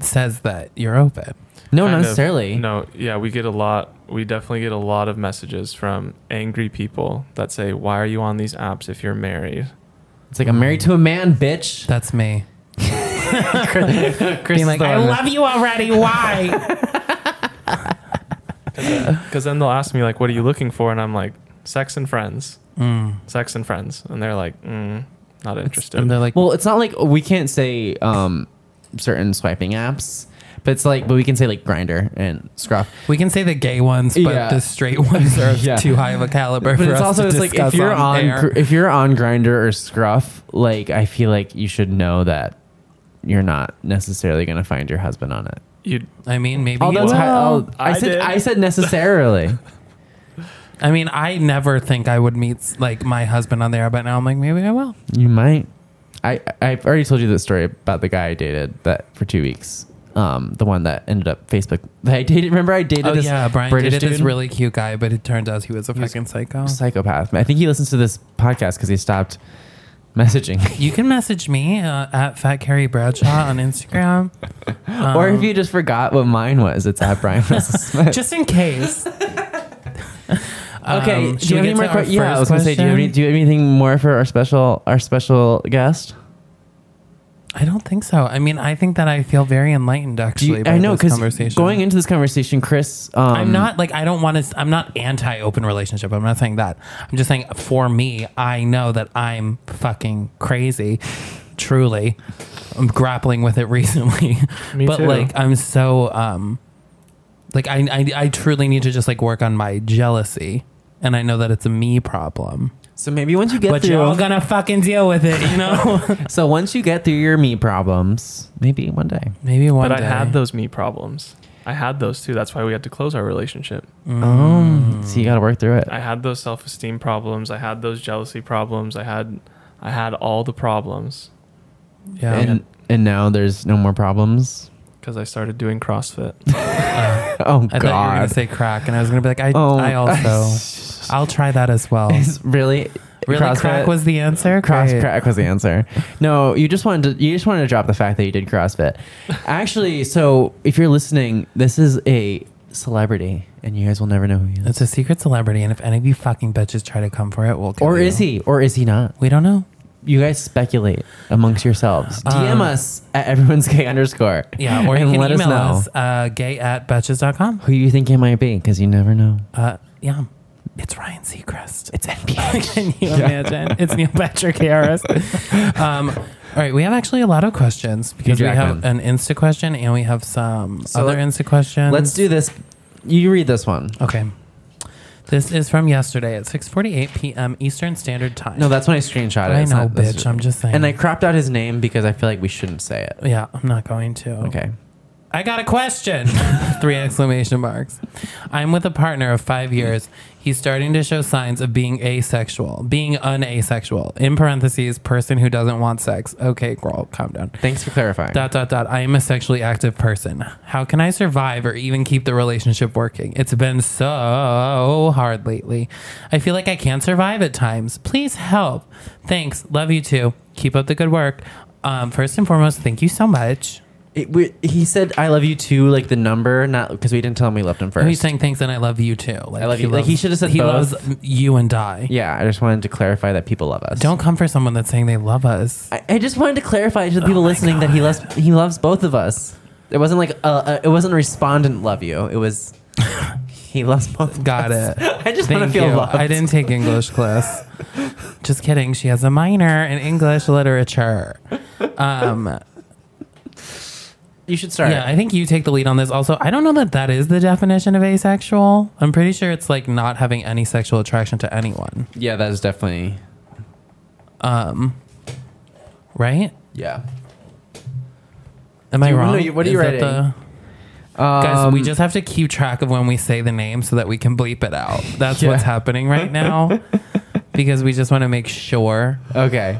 Speaker 2: says that you're open.
Speaker 1: no,
Speaker 3: kind
Speaker 1: not
Speaker 3: of-
Speaker 1: necessarily.
Speaker 3: no, yeah, we get a lot. We definitely get a lot of messages from angry people that say, "Why are you on these apps if you're married?"
Speaker 1: It's like I'm married to a man, bitch.
Speaker 2: That's me.
Speaker 1: Chris
Speaker 2: Being like, I love you already. Why?
Speaker 3: Because then they'll ask me like, "What are you looking for?" And I'm like, "Sex and friends,
Speaker 2: Mm.
Speaker 3: sex and friends," and they're like, mm, "Not interested."
Speaker 2: And they're like,
Speaker 1: Well, it's not like we can't say um, certain swiping apps, but it's like, but we can say like Grinder and Scruff.
Speaker 2: We can say the gay ones, but
Speaker 1: Yeah.
Speaker 2: the straight ones are of
Speaker 1: Yeah.
Speaker 2: too high of a caliber.
Speaker 1: But
Speaker 2: for
Speaker 1: it's
Speaker 2: us
Speaker 1: also
Speaker 2: to
Speaker 1: it's like if
Speaker 2: discuss
Speaker 1: you're on,
Speaker 2: air.
Speaker 1: Gr- if you're on Grinder or Scruff, like I feel like you should know that you're not necessarily gonna find your husband on it.
Speaker 3: you
Speaker 2: I mean, maybe.
Speaker 1: Oh, that's
Speaker 2: you
Speaker 1: high,
Speaker 2: will.
Speaker 1: oh, I,
Speaker 3: I
Speaker 1: said
Speaker 3: did.
Speaker 1: I said necessarily.
Speaker 2: I mean, I never think I would meet like my husband on there, but now I'm like, maybe I will.
Speaker 1: You might. I I've already told you the story about the guy I dated that for two weeks. Um, the one that ended up Facebook. that I dated. Remember, I dated
Speaker 2: Oh
Speaker 1: this
Speaker 2: yeah, Brian
Speaker 1: British
Speaker 2: dated this
Speaker 1: dude?
Speaker 2: really cute guy, but it turned out he was a fucking psycho.
Speaker 1: psychopath. I think he listens to this podcast because he stopped messaging.
Speaker 2: You can message me uh, at Fat Carrie Bradshaw on Instagram. Um,
Speaker 1: or if you just forgot what mine was, it's at Brian Russell Smith.
Speaker 2: just in case.
Speaker 1: okay.
Speaker 2: Um,
Speaker 1: do you
Speaker 2: should
Speaker 1: have any
Speaker 2: we get
Speaker 1: more?
Speaker 2: to our
Speaker 1: que- yeah, I
Speaker 2: first
Speaker 1: was gonna say, do you, have any,
Speaker 2: question?
Speaker 1: do you have anything more for our special our special guest?
Speaker 2: I don't think so. I mean, I think that I feel very enlightened
Speaker 1: Do
Speaker 2: actually.
Speaker 1: you,
Speaker 2: by
Speaker 1: I know
Speaker 2: this
Speaker 1: because
Speaker 2: conversation.
Speaker 1: going into this conversation, Chris, um,
Speaker 2: I'm not like I don't want to. I'm not anti open relationship. I'm not saying that. I'm just saying for me, I know that I'm fucking crazy. Truly, I'm grappling with it recently.
Speaker 3: Me
Speaker 2: but
Speaker 3: too.
Speaker 2: like I'm so um, like I, I I truly need to just like work on my jealousy, and I know that it's a me problem.
Speaker 1: So maybe once you get
Speaker 2: but
Speaker 1: through,
Speaker 2: you're all gonna fucking deal with it, you know.
Speaker 1: so once you get through your me problems, maybe one day.
Speaker 2: Maybe one
Speaker 3: But I
Speaker 2: day.
Speaker 3: had those me problems. I had those too. That's why we had to close our relationship.
Speaker 2: Mm.
Speaker 1: Oh, so you got to work through it.
Speaker 3: I had those self-esteem problems. I had those jealousy problems. I had, I had all the problems
Speaker 2: yeah.
Speaker 1: and and now there's no more problems.
Speaker 3: because I started doing CrossFit.
Speaker 1: Oh
Speaker 2: I Uh, thought you were gonna
Speaker 1: God!
Speaker 2: say crack, and I was gonna be like, I,
Speaker 1: Oh.
Speaker 2: I also, I'll try that as well.
Speaker 1: It's really,
Speaker 2: Really, crack was the answer.
Speaker 1: cross
Speaker 2: Great.
Speaker 1: crack was the answer. No, you just wanted to you just wanted to drop the fact that you did CrossFit. Actually, so if you're listening, this is a celebrity, and you guys will never know who he is.
Speaker 2: It's a secret celebrity, and if any of you fucking bitches try to come for it, we'll. Kill
Speaker 1: or
Speaker 2: you.
Speaker 1: is he? Or is he not?
Speaker 2: We don't know.
Speaker 1: You guys speculate amongst yourselves. DM
Speaker 2: Um,
Speaker 1: us at everyone's gay underscore.
Speaker 2: Yeah, or you
Speaker 1: and
Speaker 2: can
Speaker 1: let
Speaker 2: email
Speaker 1: us
Speaker 2: us,
Speaker 1: know
Speaker 2: uh, gay at betches.com.
Speaker 1: who you think it might be, because you never know.
Speaker 2: Uh, yeah, it's Ryan Seacrest.
Speaker 1: It's NPH.
Speaker 2: Can you imagine? It's Neil Patrick Harris. um, all right, we have actually a lot of questions because we have an
Speaker 1: Jackman.
Speaker 2: Insta question and we have some
Speaker 1: So
Speaker 2: other
Speaker 1: let-
Speaker 2: Insta questions.
Speaker 1: Let's do this. You read this one.
Speaker 2: Okay. This is from yesterday at 6:48 p.m. Eastern Standard Time.
Speaker 1: No, that's when I screenshot it.
Speaker 2: I
Speaker 1: It's
Speaker 2: know,
Speaker 1: not- that's-
Speaker 2: bitch. I'm just saying.
Speaker 1: And I cropped out his name because I feel like we shouldn't say it.
Speaker 2: yeah, I'm not going to.
Speaker 1: Okay.
Speaker 2: I got a question. Three exclamation marks. I'm with a partner of five years. He's starting to show signs of being asexual, being unasexual. In parentheses, person who doesn't want sex. Okay, girl, calm down.
Speaker 1: Thanks for clarifying.
Speaker 2: Dot dot dot. I am a sexually active person. How can I survive or even keep the relationship working? It's been so hard lately. I feel like I can't survive at times. Please help. Thanks. Love you too. Keep up the good work. Um, first and foremost, thank you so much.
Speaker 1: It, we, he said, "I love you too," like the number, not because we didn't tell him we loved him first.
Speaker 2: Oh, He's saying thanks and I love you too. Like,
Speaker 1: I love you. Like, he should've said
Speaker 2: he
Speaker 1: both.
Speaker 2: loves you and I.
Speaker 1: yeah, I just wanted to clarify that people love us.
Speaker 2: Don't come for someone that's saying they love us.
Speaker 1: I, I just wanted to clarify to the people
Speaker 2: Oh my
Speaker 1: listening that he loves he loves both of us. It wasn't like a, a, it wasn't a respondent love you. It was he loves both. of
Speaker 2: Got
Speaker 1: us.
Speaker 2: it.
Speaker 1: I just want to
Speaker 2: Thank
Speaker 1: feel
Speaker 2: you.
Speaker 1: loved.
Speaker 2: I didn't take English class. Just kidding. She has a minor in English literature. Um,
Speaker 1: You should start.
Speaker 2: yeah, I think you take the lead on this. Also, I don't know that that is the definition of asexual. I'm pretty sure it's like not having any sexual attraction to anyone, Um,
Speaker 1: yeah, that is definitely
Speaker 2: right?
Speaker 1: yeah.
Speaker 2: Am I
Speaker 1: You- no,
Speaker 2: wrong?
Speaker 1: you- what are
Speaker 2: Is
Speaker 1: you
Speaker 2: that
Speaker 1: writing?
Speaker 2: Guys,
Speaker 1: Um,
Speaker 2: we just have to keep track of when we say the name so that we can bleep it out. That's what's
Speaker 1: Yeah.
Speaker 2: happening right now because we just want to make sure.
Speaker 1: Okay.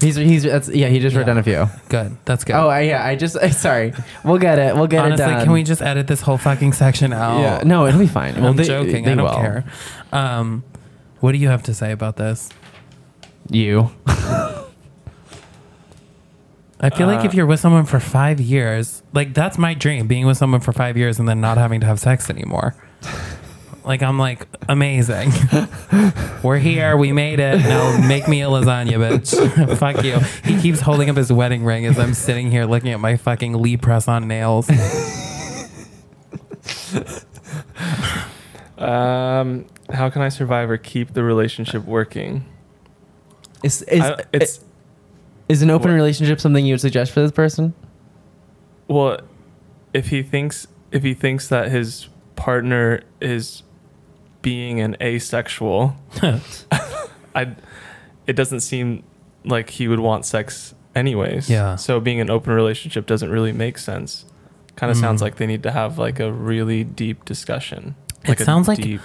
Speaker 1: He's he's that's, yeah. He just wrote
Speaker 2: Yeah.
Speaker 1: down a few.
Speaker 2: Good. That's good.
Speaker 1: Oh I, yeah, I just I, sorry. We'll get it. We'll get
Speaker 2: Honestly,
Speaker 1: it done.
Speaker 2: can we just edit this whole fucking section out?
Speaker 1: Yeah. No, it'll be fine. Well,
Speaker 2: I'm
Speaker 1: they-
Speaker 2: joking.
Speaker 1: they
Speaker 2: I don't
Speaker 1: will.
Speaker 2: care. Um, what do you have to say about this?
Speaker 1: You.
Speaker 2: I feel like if you're with someone for five years, like that's my dream, being with someone for five years and then not having to have sex anymore. like I'm like amazing. We're here, we made it. Now make me a lasagna, bitch. Fuck you. He keeps holding up his wedding ring as I'm sitting here looking at my fucking Lee press on nails.
Speaker 3: Um, how can I survive or keep the relationship working?
Speaker 1: Is is,
Speaker 3: I- it's
Speaker 1: is an open
Speaker 3: What?
Speaker 1: relationship something you would suggest for this person?
Speaker 3: well, if he thinks if he thinks that his partner is being an asexual, I it doesn't seem like he would want sex anyways.
Speaker 2: Yeah.
Speaker 3: So being an open relationship doesn't really make sense. Kind of
Speaker 2: Mm.
Speaker 3: sounds like they need to have like a really deep discussion.
Speaker 2: It
Speaker 3: a
Speaker 2: sounds like-
Speaker 3: deep-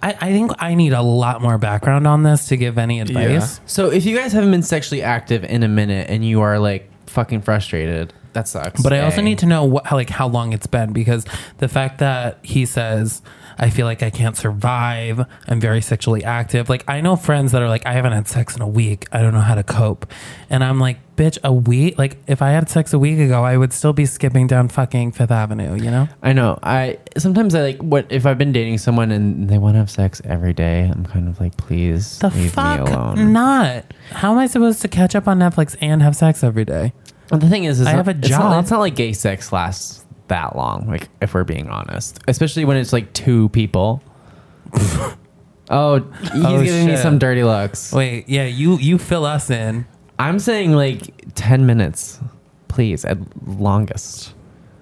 Speaker 2: I, I think I need a lot more background on this to give any advice.
Speaker 1: So if you guys haven't been sexually active in a minute and you are like fucking frustrated, That sucks.
Speaker 2: But I also
Speaker 1: Dang.
Speaker 2: need to know what, how, like how long it's been because the fact that he says, "I feel like I can't survive. I'm very sexually active." Like I know friends that are like, "I haven't had sex in a week. I don't know how to cope," and I'm like, "Bitch, a week? Like if I had sex a week ago, I would still be skipping down fucking Fifth Avenue, you know?"
Speaker 1: I know. I sometimes I like what if I've been dating someone and they want to have sex every day. I'm kind of like, please
Speaker 2: The
Speaker 1: leave
Speaker 2: fuck
Speaker 1: me alone.
Speaker 2: not? How am I supposed to catch up on Netflix and have sex every day?
Speaker 1: Well, the thing is, is
Speaker 2: I
Speaker 1: not-
Speaker 2: have a
Speaker 1: It's not,
Speaker 2: job.
Speaker 1: it's not like gay sex lasts that long. Like if we're being honest, especially when it's like two people. oh, he's
Speaker 2: Oh,
Speaker 1: giving me
Speaker 2: shit.
Speaker 1: some dirty looks.
Speaker 2: Wait, yeah, you you fill us in.
Speaker 1: I'm saying like ten minutes, please, at longest.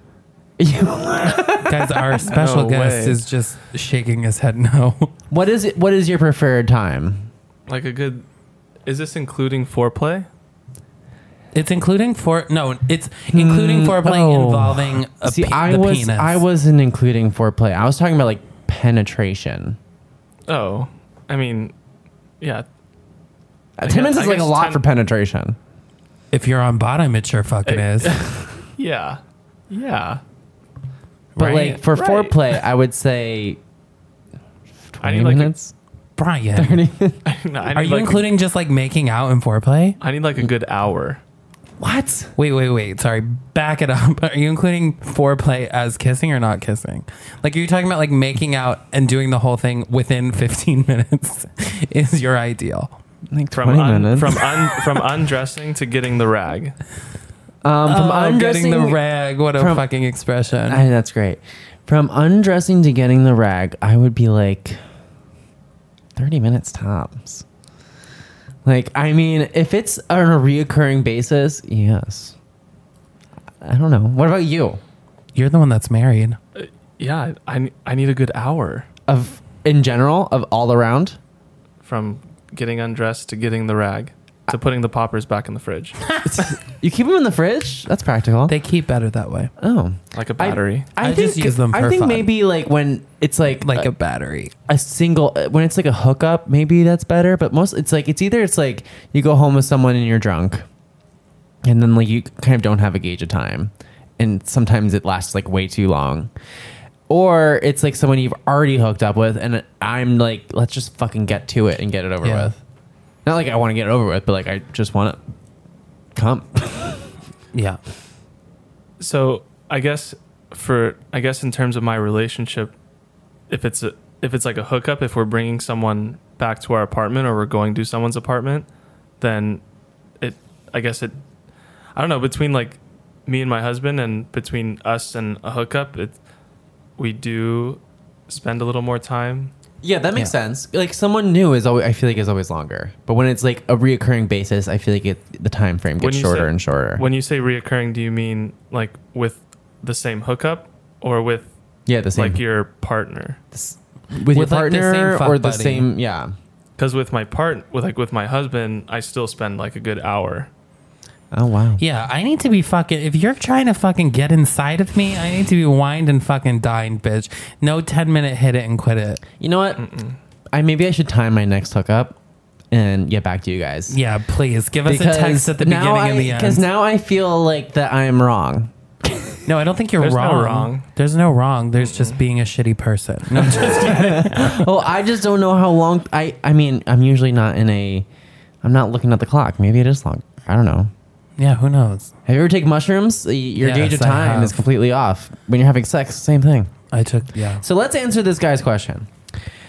Speaker 2: Guys, our special
Speaker 3: No
Speaker 2: guest
Speaker 3: way.
Speaker 2: is just shaking his head no.
Speaker 1: what is it? What is your preferred time?
Speaker 3: Like a good. Is this including foreplay?
Speaker 2: It's including for no, it's including
Speaker 1: Mm,
Speaker 2: foreplay
Speaker 1: oh.
Speaker 2: involving a
Speaker 1: See,
Speaker 2: pe-
Speaker 1: I
Speaker 2: the
Speaker 1: was
Speaker 2: penis.
Speaker 1: I wasn't including foreplay. I was talking about like penetration.
Speaker 3: Oh, I mean, yeah.
Speaker 1: Uh,
Speaker 3: I
Speaker 1: Ten
Speaker 3: guess-
Speaker 1: minutes
Speaker 3: I
Speaker 1: is like a
Speaker 3: guess
Speaker 1: lot
Speaker 3: 10
Speaker 1: for penetration.
Speaker 2: If you're on bottom, it sure fucking
Speaker 3: Hey.
Speaker 2: is.
Speaker 3: Yeah. Yeah.
Speaker 1: But
Speaker 2: Right.
Speaker 1: like for
Speaker 3: Right.
Speaker 1: foreplay, I would say
Speaker 3: I
Speaker 1: twenty
Speaker 3: need like a-
Speaker 1: minutes.
Speaker 2: Brian,
Speaker 3: No, I need
Speaker 2: are you
Speaker 3: like,
Speaker 2: including just like making out in foreplay?
Speaker 3: I need like a good hour.
Speaker 1: what?
Speaker 2: Wait, wait, wait. Sorry, back it up. Are you including foreplay as kissing or not kissing? Like, are you talking about like making out and doing the whole thing within 15 minutes? Is your ideal?
Speaker 1: Like
Speaker 3: From
Speaker 1: twenty
Speaker 3: un-
Speaker 1: minutes.
Speaker 3: from un- from undressing to getting the rag.
Speaker 1: um, from
Speaker 2: oh, getting
Speaker 1: undressing
Speaker 2: the rag. What a
Speaker 1: from-
Speaker 2: fucking expression.
Speaker 1: I, that's great. From undressing to getting the rag, I would be like thirty minutes tops. Like I mean, if it's on a reoccurring basis, yes. I don't know. What about you?
Speaker 2: You're the one that's married.
Speaker 3: Uh, Yeah, I ne- I need a good hour
Speaker 1: Of in general, of all around.
Speaker 3: from getting undressed to getting the rag to putting the poppers back in the fridge
Speaker 1: You keep them in the fridge. That's practical.
Speaker 2: They keep better that way.
Speaker 1: oh,
Speaker 3: like a
Speaker 1: I-
Speaker 3: battery.
Speaker 2: I just use them
Speaker 1: I
Speaker 2: for
Speaker 1: think
Speaker 2: fun.
Speaker 1: maybe like when it's like
Speaker 2: Like
Speaker 1: like
Speaker 2: a
Speaker 1: a,
Speaker 2: battery.
Speaker 1: a single uh, when it's like a hookup, maybe that's better. But most it's like it's either it's like you go home with someone and you're drunk, and then like you kind of don't have a gauge of time, and sometimes it lasts like way too long. Or it's like someone you've already hooked up with, and I'm like, let's just fucking get to it and get it over
Speaker 2: Yeah.
Speaker 1: with. Not like I want to get it over with, but like I just want to come.
Speaker 2: Yeah.
Speaker 3: So I guess for I guess in terms of my relationship, if it's a, if it's like a hookup, if we're bringing someone back to our apartment or we're going to someone's apartment, then it I guess it I don't know between like me and my husband and between us and a hookup, it we do spend a little more time.
Speaker 1: Yeah, that makes
Speaker 2: Yeah.
Speaker 1: sense. Like someone new is always I feel like is always longer. But when it's like a reoccurring basis, I feel like it, the time frame
Speaker 3: When
Speaker 1: gets
Speaker 3: you
Speaker 1: shorter
Speaker 3: say-
Speaker 1: and shorter.
Speaker 3: When you say reoccurring, do you mean like with the same hookup or with
Speaker 1: yeah, the same
Speaker 3: like your partner?
Speaker 1: s- with, your
Speaker 2: With, like, the same
Speaker 1: partner
Speaker 2: fuck
Speaker 1: or the
Speaker 2: buddy.
Speaker 1: same yeah.
Speaker 3: Because with my part, with like with my husband, I still spend like a good hour.
Speaker 1: Oh wow.
Speaker 2: Yeah, I need to be fucking. If you're trying to fucking get inside of me, I need to be wined and fucking dined, bitch. No 10 minute hit it and quit it.
Speaker 1: You know what? I maybe I should time my next hookup and get back to you guys.
Speaker 2: Yeah, please give us a text at the beginning
Speaker 1: now
Speaker 2: and the
Speaker 1: I, Because
Speaker 2: end.
Speaker 1: now I feel like that I'm wrong.
Speaker 2: no, I don't think you're
Speaker 3: There's no
Speaker 2: wrong.
Speaker 3: wrong.
Speaker 2: There's no wrong. There's just being a shitty person. No, I'm just
Speaker 1: oh, I just don't know how long I I mean, I'm usually not in a I'm not looking at the clock. Maybe it is long. I don't know.
Speaker 2: yeah, who knows?
Speaker 1: Have you ever taken mushrooms? Y- Your
Speaker 2: Yes,
Speaker 1: gauge of
Speaker 2: I
Speaker 1: time
Speaker 2: have.
Speaker 1: is completely off. When you're having sex, same thing.
Speaker 2: I took, yeah.
Speaker 1: So let's answer this guy's question.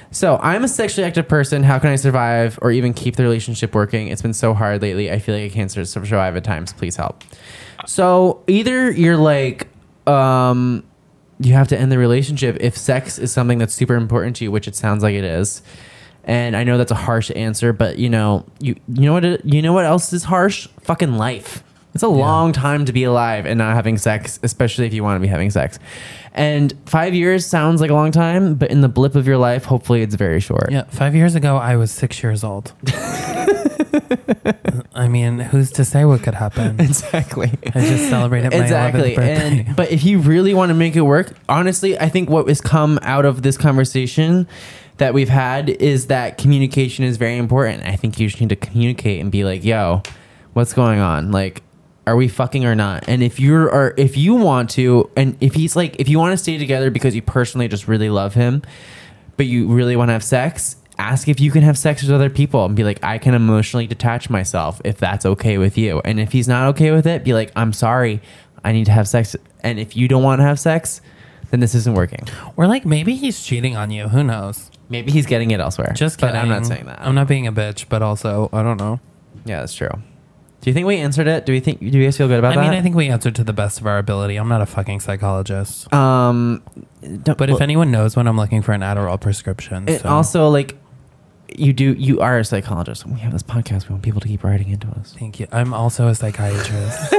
Speaker 1: So I'm a sexually active person. How can I survive or even keep the relationship working? It's been so hard lately. I feel like I can't sur- survive at times. Please help. So either you're like, um, you have to end the relationship if sex is something that's super important to you, which it sounds like it is. And I know that's a harsh answer, but you know, you you know what it, you know what else is harsh? Fucking life. It's a long time to be alive and not having sex, especially if you want to be having sex. And five years sounds like a long time, but in the blip of your life, hopefully it's very short.
Speaker 2: Yeah, five years ago, I was six years old. I mean, who's to say what could happen?
Speaker 1: Exactly.
Speaker 2: I just celebrated my 11th
Speaker 1: exactly.
Speaker 2: birthday.
Speaker 1: And but if you really want to make it work, honestly, I think what has come out of this conversation that we've had is that communication is very important. I think you just need to communicate and be like, "Yo, what's going on?" Like are we fucking or not? And if you're or if you want to, and if he's like, if you want to stay together because you personally just really love him, but you really want to have sex, ask if you can have sex with other people and be like, I can emotionally detach myself if that's okay with you. And if he's not okay with it, be like, I'm sorry, I need to have sex. And if you don't want to have sex, then this isn't working.
Speaker 2: Or like maybe he's cheating on you. Who knows?
Speaker 1: Maybe he's getting it elsewhere.
Speaker 2: Just
Speaker 1: but
Speaker 2: kidding.
Speaker 1: I'm not saying that.
Speaker 2: I'm not being a bitch, but also I don't know.
Speaker 1: Yeah, that's true. Do you think we answered it? Do we think? Do you guys feel good about
Speaker 2: I
Speaker 1: that?
Speaker 2: mean, I think we answered to the best of our ability. I'm not a fucking psychologist.
Speaker 1: Um, don't-
Speaker 2: But if
Speaker 1: well,
Speaker 2: anyone knows when I'm looking for an Adderall prescription,
Speaker 1: it
Speaker 2: so-
Speaker 1: also like you do, you are a psychologist. When we have this podcast, we want people to keep writing into us.
Speaker 2: thank you. I'm also a psychiatrist.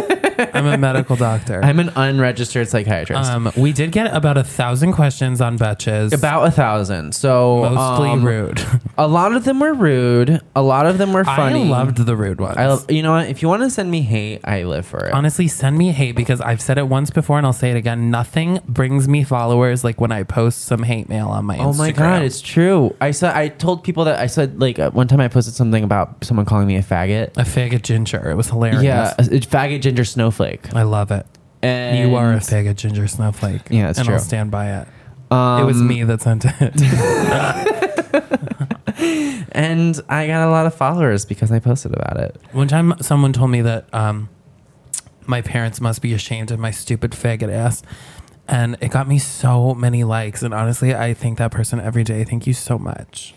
Speaker 2: I'm a medical doctor.
Speaker 1: I'm an unregistered psychiatrist.
Speaker 2: um, we did get about a thousand questions on Betches.
Speaker 1: about a thousand, so
Speaker 2: mostly
Speaker 1: um,
Speaker 2: rude.
Speaker 1: A lot of them were rude. A lot of them were funny.
Speaker 2: I loved the rude ones.
Speaker 1: I lo- you know what? If you want to send me hate, I live for it.
Speaker 2: Honestly, send me hate because I've said it once before and I'll say it again. Nothing brings me followers like when I post some hate mail on my Instagram.
Speaker 1: Oh my god, it's true. I said I told people that I said like uh, one time I posted something about someone calling me a faggot.
Speaker 2: a fag of ginger. It was hilarious.
Speaker 1: Yeah, a, a faggot ginger snowflake.
Speaker 2: I love it.
Speaker 1: And
Speaker 2: you are a fag of ginger snowflake.
Speaker 1: Yeah, it's
Speaker 2: and I'll
Speaker 1: true.
Speaker 2: stand by it.
Speaker 1: Um,
Speaker 2: it was me that sent it.
Speaker 1: and I got a lot of followers because I posted about it.
Speaker 2: One time, someone told me that um, my parents must be ashamed of my stupid faggot ass. And it got me so many likes. And honestly, I thank that person every day. Thank you so much.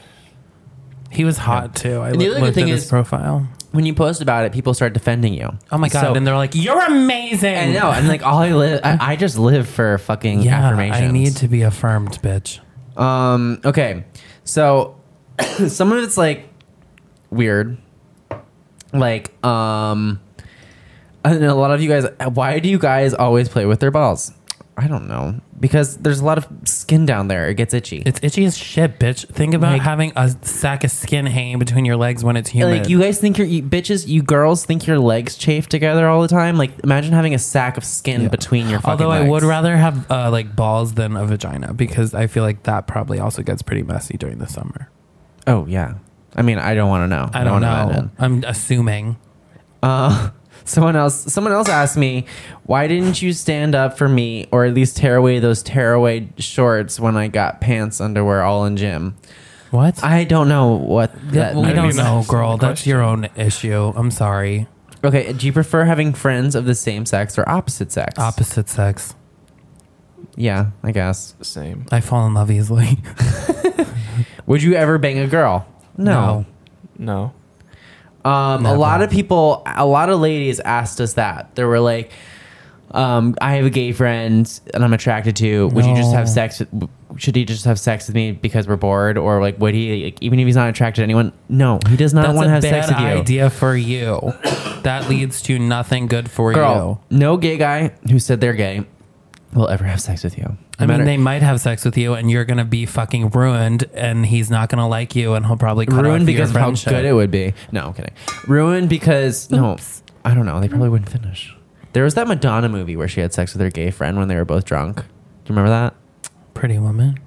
Speaker 2: He was hot too. I
Speaker 1: And the
Speaker 2: loo-
Speaker 1: other good
Speaker 2: looked at
Speaker 1: thing
Speaker 2: his
Speaker 1: is-
Speaker 2: profile.
Speaker 1: When you post about it, people start defending you.
Speaker 2: Oh my god!
Speaker 1: So-
Speaker 2: and they're like, "You're amazing."
Speaker 1: I know, and like all I live, I, I just live for fucking
Speaker 2: Yeah,
Speaker 1: affirmations.
Speaker 2: I need to be affirmed, bitch.
Speaker 1: Um. Okay. So, some of it's like weird. Like, um, and a lot of you guys. Why do you guys always play with their balls? I don't know because there's a lot of skin down there. It gets itchy.
Speaker 2: It's itchy as shit, bitch. Think about
Speaker 1: Like-
Speaker 2: having a sack of skin hanging between your legs when it's humid.
Speaker 1: Like you guys think your you bitches, you girls think your legs chafe together all the time. Like imagine having a sack of skin
Speaker 2: Yeah.
Speaker 1: between your. Fucking
Speaker 2: Although I would
Speaker 1: legs.
Speaker 2: rather have uh, like balls than a vagina because I feel like that probably also gets pretty messy during the summer.
Speaker 1: Oh yeah. I mean, I don't want to know.
Speaker 2: I don't
Speaker 1: wanna
Speaker 2: know.
Speaker 1: imagine.
Speaker 2: I'm assuming.
Speaker 1: Uh, someone else. Someone else asked me, "Why didn't you stand up for me, or at least tear away those tearaway shorts when I got pants, underwear, all in gym?"
Speaker 2: What?
Speaker 1: I don't know what that.
Speaker 2: we
Speaker 3: maybe
Speaker 2: don't
Speaker 1: means.
Speaker 3: not
Speaker 2: know,
Speaker 3: the
Speaker 2: girl. That's
Speaker 3: question.
Speaker 2: your own issue. I'm sorry.
Speaker 1: Okay. Do you prefer having friends of the same sex or opposite sex?
Speaker 2: Opposite sex.
Speaker 1: Yeah, I guess.
Speaker 3: The same.
Speaker 2: I fall in love easily.
Speaker 1: Would you ever bang a girl? No.
Speaker 3: No.
Speaker 1: Um, a
Speaker 2: Never.
Speaker 1: lot of people, a lot of ladies asked us that. They were like, um, "I have a gay friend and I'm attracted to. Would you just
Speaker 2: No.
Speaker 1: have sex? With, should he just have sex with me because we're bored, or like would he, like, even if he's not attracted to anyone? No, he does not
Speaker 2: That's
Speaker 1: want
Speaker 2: a
Speaker 1: to have
Speaker 2: bad
Speaker 1: sex with you,
Speaker 2: idea for you. that leads to nothing good for you.
Speaker 1: girl. No gay guy who said they're gay will ever have sex with you. No
Speaker 2: I mean,
Speaker 1: matter-
Speaker 2: they might have sex with you, and you're gonna be fucking ruined, and he's not gonna like you, and he'll probably cut
Speaker 1: ruined
Speaker 2: off
Speaker 1: because of
Speaker 2: your
Speaker 1: how
Speaker 2: friendship.
Speaker 1: good it would be. No, I'm kidding. Ruined because no, I don't know. They probably wouldn't finish. There was that Madonna movie where she had sex with her gay friend when they were both drunk. Do you remember that?
Speaker 2: Pretty Woman.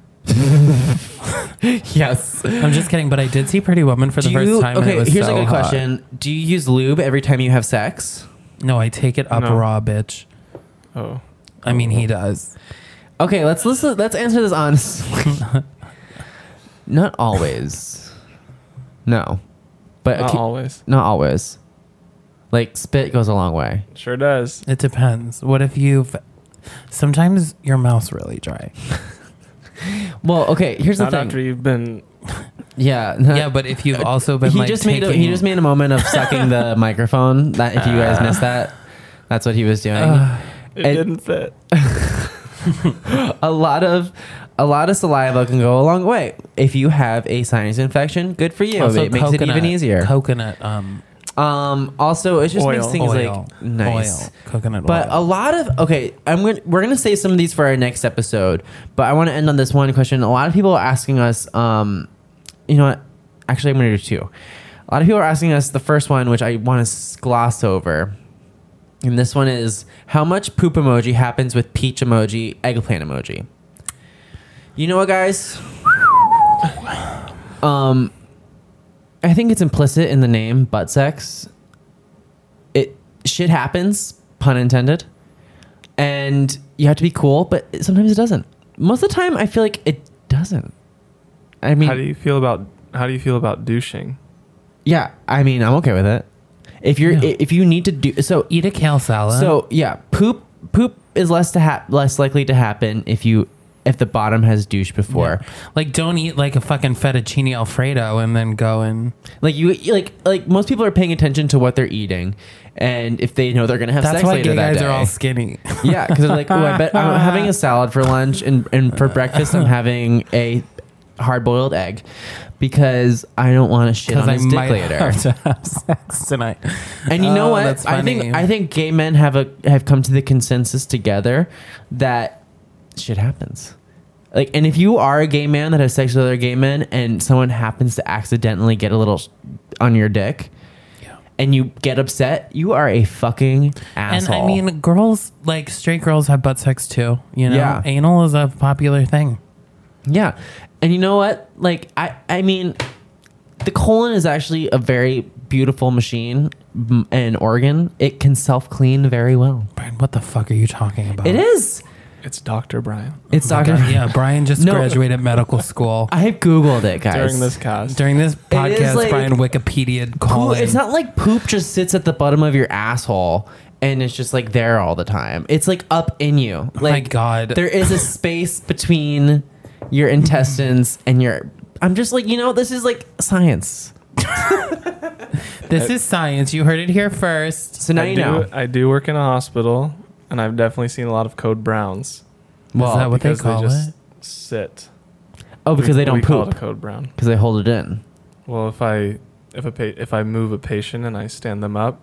Speaker 1: Yes.
Speaker 2: I'm just kidding, but I did see Pretty Woman for the
Speaker 1: Do
Speaker 2: first
Speaker 1: you,
Speaker 2: time. and it
Speaker 1: okay,
Speaker 2: was
Speaker 1: here's
Speaker 2: so
Speaker 1: a good
Speaker 2: hot.
Speaker 1: question. Do you use lube every time you have sex?
Speaker 2: No, I take it up
Speaker 3: No.
Speaker 2: raw, bitch.
Speaker 3: Oh.
Speaker 2: I mean, he does.
Speaker 1: Okay, let's listen, let's answer this honestly. not always. No. But
Speaker 3: Not
Speaker 1: okay-
Speaker 3: always.
Speaker 1: not always. Like spit goes a long way.
Speaker 3: Sure does.
Speaker 2: It depends. What if you've. Sometimes your mouth's really dry.
Speaker 1: Well, okay, here's
Speaker 3: Not
Speaker 1: the thing.
Speaker 3: after you've been.
Speaker 1: yeah.
Speaker 2: yeah, but if you've also been
Speaker 1: he
Speaker 2: like.
Speaker 1: just made a,
Speaker 2: taking- Ah.
Speaker 1: he just made a moment of sucking the microphone. That if you guys missed that, that's what he was doing.
Speaker 3: It,
Speaker 1: It-
Speaker 3: didn't fit.
Speaker 1: a lot of a lot of saliva can go a long way. If you have a sinus infection, good for you.
Speaker 2: also
Speaker 1: it makes it even
Speaker 2: coconut-
Speaker 1: easier.
Speaker 2: Coconut um,
Speaker 1: um, also, it just makes
Speaker 3: Oil.
Speaker 1: things
Speaker 2: oil.
Speaker 1: like nice.
Speaker 2: Oil. Coconut
Speaker 1: But a
Speaker 2: oil.
Speaker 1: lot of okay, I'm gonna we're gonna say some of these for our next episode. But I want to end on this one question. A lot of people are asking us, um, you know what? Actually, I'm gonna do two. A lot of people are asking us the first one, which I want to gloss over. And this one is how much poop emoji happens with peach emoji, eggplant emoji. You know what, guys? um, I think it's implicit in the name butt sex. It shit happens, pun intended, and you have to be cool, but sometimes it doesn't. Most of the time, I feel like it doesn't. I mean,
Speaker 3: how do you feel about how do you feel about douching?
Speaker 1: yeah, I mean, I'm okay with it. If you're,
Speaker 2: Yeah.
Speaker 1: if you need to do so,
Speaker 2: Eat a kale salad.
Speaker 1: so yeah, poop poop is less to hap less likely to happen if you if the bottom has douche before.
Speaker 2: like, don't eat like a fucking fettuccine alfredo and then go and.
Speaker 1: Like you like like most people are paying attention to what they're eating, and if they know they're gonna have
Speaker 2: That's
Speaker 1: sex
Speaker 2: why
Speaker 1: later
Speaker 2: gay
Speaker 1: that
Speaker 2: guys
Speaker 1: day,
Speaker 2: are all skinny.
Speaker 1: yeah, because they're like, oh, I bet I'm having a salad for lunch, and and
Speaker 2: Uh.
Speaker 1: for breakfast I'm having a hard boiled egg because I don't want to shit
Speaker 2: Because
Speaker 1: on
Speaker 2: I
Speaker 1: his dick
Speaker 2: might
Speaker 1: later.
Speaker 2: have to have sex tonight.
Speaker 1: And you know
Speaker 2: Oh,
Speaker 1: what?
Speaker 2: that's
Speaker 1: I
Speaker 2: funny.
Speaker 1: think I think gay men have a have come to the consensus together that shit happens. Like, and if you are a gay man that has sex with other gay men, and someone happens to accidentally get a little sh- on your dick, and you get upset, you are a fucking
Speaker 2: And
Speaker 1: asshole.
Speaker 2: I mean, girls, like straight girls have butt sex too. You know,
Speaker 1: Yeah.
Speaker 2: anal is a popular thing.
Speaker 1: Yeah. And you know what? Like I I mean the colon is actually a very beautiful machine m- and organ. It can self-clean very well.
Speaker 2: Brian, what the fuck are you talking about?
Speaker 1: It is.
Speaker 3: It's Dr. Brian.
Speaker 1: It's
Speaker 2: Oh my
Speaker 1: Dr.
Speaker 2: God, yeah, Brian just
Speaker 1: No.
Speaker 2: graduated medical school.
Speaker 1: I googled it, guys.
Speaker 3: During this cast.
Speaker 2: During this podcast,
Speaker 1: like-
Speaker 2: Brian Wikipedia
Speaker 1: Poo-
Speaker 2: calling.
Speaker 1: it's not like poop just sits at the bottom of your asshole and it's just like there all the time. It's like up in
Speaker 3: Oh
Speaker 1: you. Like
Speaker 2: God.
Speaker 1: There is a space between your intestines and your I'm just like, you know, this is like science. uh,
Speaker 2: this is science. You heard it here first.
Speaker 1: So now
Speaker 3: I
Speaker 1: you
Speaker 3: do,
Speaker 1: know.
Speaker 3: I do work in a hospital, and I've definitely seen a lot of code browns.
Speaker 2: is that what they
Speaker 3: because
Speaker 2: call
Speaker 3: just
Speaker 2: it?
Speaker 3: Sit.
Speaker 1: Oh, because
Speaker 3: We-
Speaker 1: they don't
Speaker 3: we Call it a
Speaker 1: poop.
Speaker 3: code brown.
Speaker 1: Because they hold it in.
Speaker 3: Well, if I if a pa- if I move a patient and I stand them up,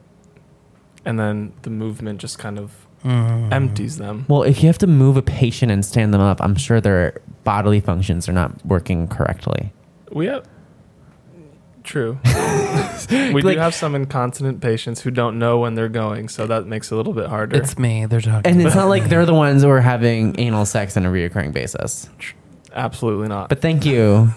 Speaker 3: and then the movement just kind of Mm-hmm.
Speaker 1: Mm.
Speaker 3: empties them.
Speaker 1: Well, if you have to move a patient and stand them up, I'm sure their bodily functions are not working correctly.
Speaker 3: We have true. we
Speaker 1: Like-
Speaker 3: do have some incontinent patients who don't know when they're going, so that makes it a little bit harder.
Speaker 2: It's me. They're talking.
Speaker 1: And it's
Speaker 2: about
Speaker 1: not like
Speaker 2: me.
Speaker 1: they're the ones who are having anal sex on a reoccurring basis.
Speaker 3: Absolutely not.
Speaker 1: But thank you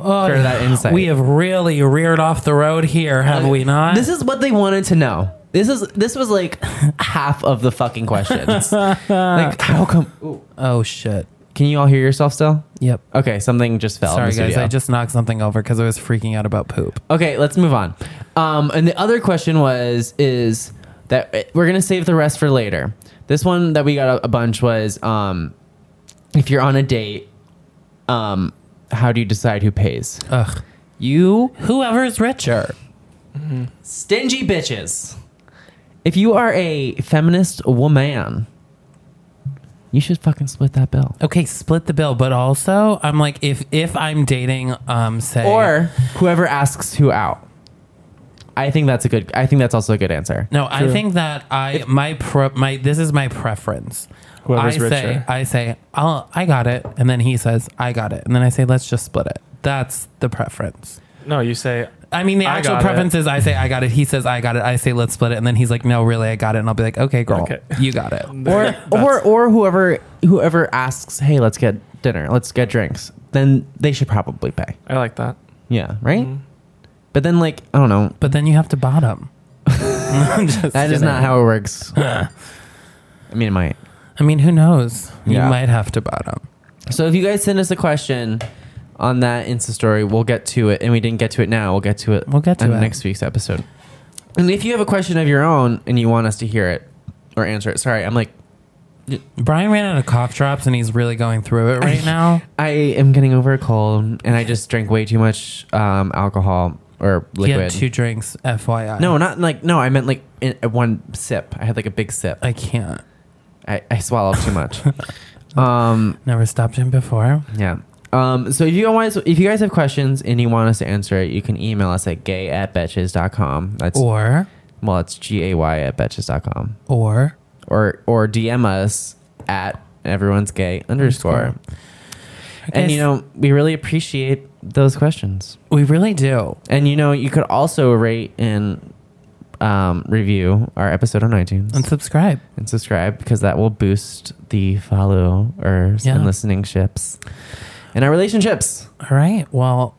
Speaker 2: Oh,
Speaker 1: for that insight.
Speaker 2: We have really reared off the road here, have we not?
Speaker 1: This is what they wanted to know. This is this was like half of the fucking questions. like how come? Ooh.
Speaker 2: oh shit.
Speaker 1: Can you all hear yourself still?
Speaker 2: Yep.
Speaker 1: Okay, something just fell. in
Speaker 2: Sorry
Speaker 1: the
Speaker 2: guys,
Speaker 1: studio.
Speaker 2: I just knocked something over because I was freaking out about poop.
Speaker 1: Okay, let's move on. Um, and the other question was is that we're gonna save the rest for later. This one that we got a, a bunch was um, if you're on a date, um, how do you decide who pays?
Speaker 2: Ugh.
Speaker 1: You
Speaker 2: Whoever's richer.
Speaker 1: stingy bitches. If you are a feminist woman, you should fucking split that bill.
Speaker 2: Okay, split the bill, but also I'm like if if I'm dating um say
Speaker 1: Or whoever asks who out. I think that's a good. I think that's also a good answer.
Speaker 2: No, I think that I my pro, my this is my preference.
Speaker 3: Whoever's
Speaker 2: I say
Speaker 3: richer.
Speaker 2: I say I'll, I got it, and then he says I got it, and then I say let's just split it. That's the preference.
Speaker 3: no, you say
Speaker 2: I mean, the
Speaker 3: I
Speaker 2: actual
Speaker 3: got
Speaker 2: preference is I say I got it. He says I got it. I say let's split it, and then he's like, no, really, I got it, and I'll be like, okay, girl,
Speaker 3: Okay.
Speaker 2: you got it.
Speaker 1: or or or whoever whoever asks, hey, let's get dinner, let's get drinks, then they should probably pay.
Speaker 3: I like that.
Speaker 1: Yeah, Mm-hmm. right. But then, like, I don't know.
Speaker 2: But then you have to bottom. I'm just
Speaker 1: That is
Speaker 2: kidding.
Speaker 1: not how it works. I mean, it might.
Speaker 2: I mean, who knows? You
Speaker 1: Yeah.
Speaker 2: might have to bottom.
Speaker 1: So if you guys send us a question on that Insta story, we'll get to it. And we didn't get to it now. We'll get to it.
Speaker 2: We'll get to
Speaker 1: on
Speaker 2: it.
Speaker 1: next week's episode. And if you have a question of your own and you want us to hear it or answer it, sorry, I'm like,
Speaker 2: Brian ran out of cough drops, and he's really going through it right now.
Speaker 1: I am getting over a cold, and I just drank way too much um, alcohol or
Speaker 2: he
Speaker 1: liquid.
Speaker 2: had two drinks, FYI.
Speaker 1: No, not like no. I meant like in, uh, one sip. I had like a big sip.
Speaker 2: I can't.
Speaker 1: I, I swallowed too much. um,
Speaker 2: Never stopped him before.
Speaker 1: yeah. Um, so if you guys if you guys have questions and you want us to answer it, you can email us at gay at betches.com. That's
Speaker 2: Or,
Speaker 1: well, it's G A Y at betches.com.
Speaker 2: or,
Speaker 1: Or or DM us at everyone's gay underscore. And you know, we really appreciate those questions.
Speaker 2: we really do.
Speaker 1: And you know, you could also rate and um, review our episode on iTunes.
Speaker 2: And subscribe.
Speaker 1: and subscribe because that will boost the followers
Speaker 2: Yeah.
Speaker 1: and listening ships and our relationships.
Speaker 2: All right. Well,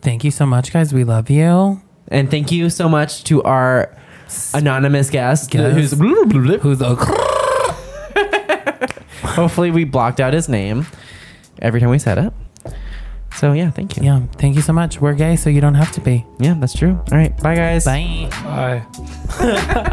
Speaker 2: thank you so much, guys. We love you.
Speaker 1: And thank you so much to our
Speaker 2: guest
Speaker 1: anonymous guest,
Speaker 2: Guest.
Speaker 1: who's
Speaker 2: who's a
Speaker 1: hopefully we blocked out his name every time we said it. So yeah, thank you.
Speaker 2: yeah. Thank you so much. We're gay, so you don't have to be.
Speaker 1: yeah that's true. All right, bye guys.
Speaker 2: Bye.
Speaker 3: Bye.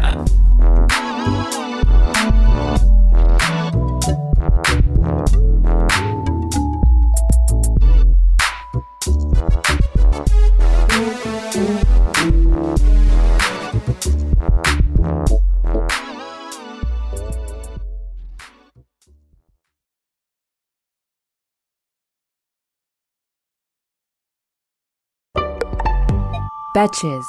Speaker 4: Betches.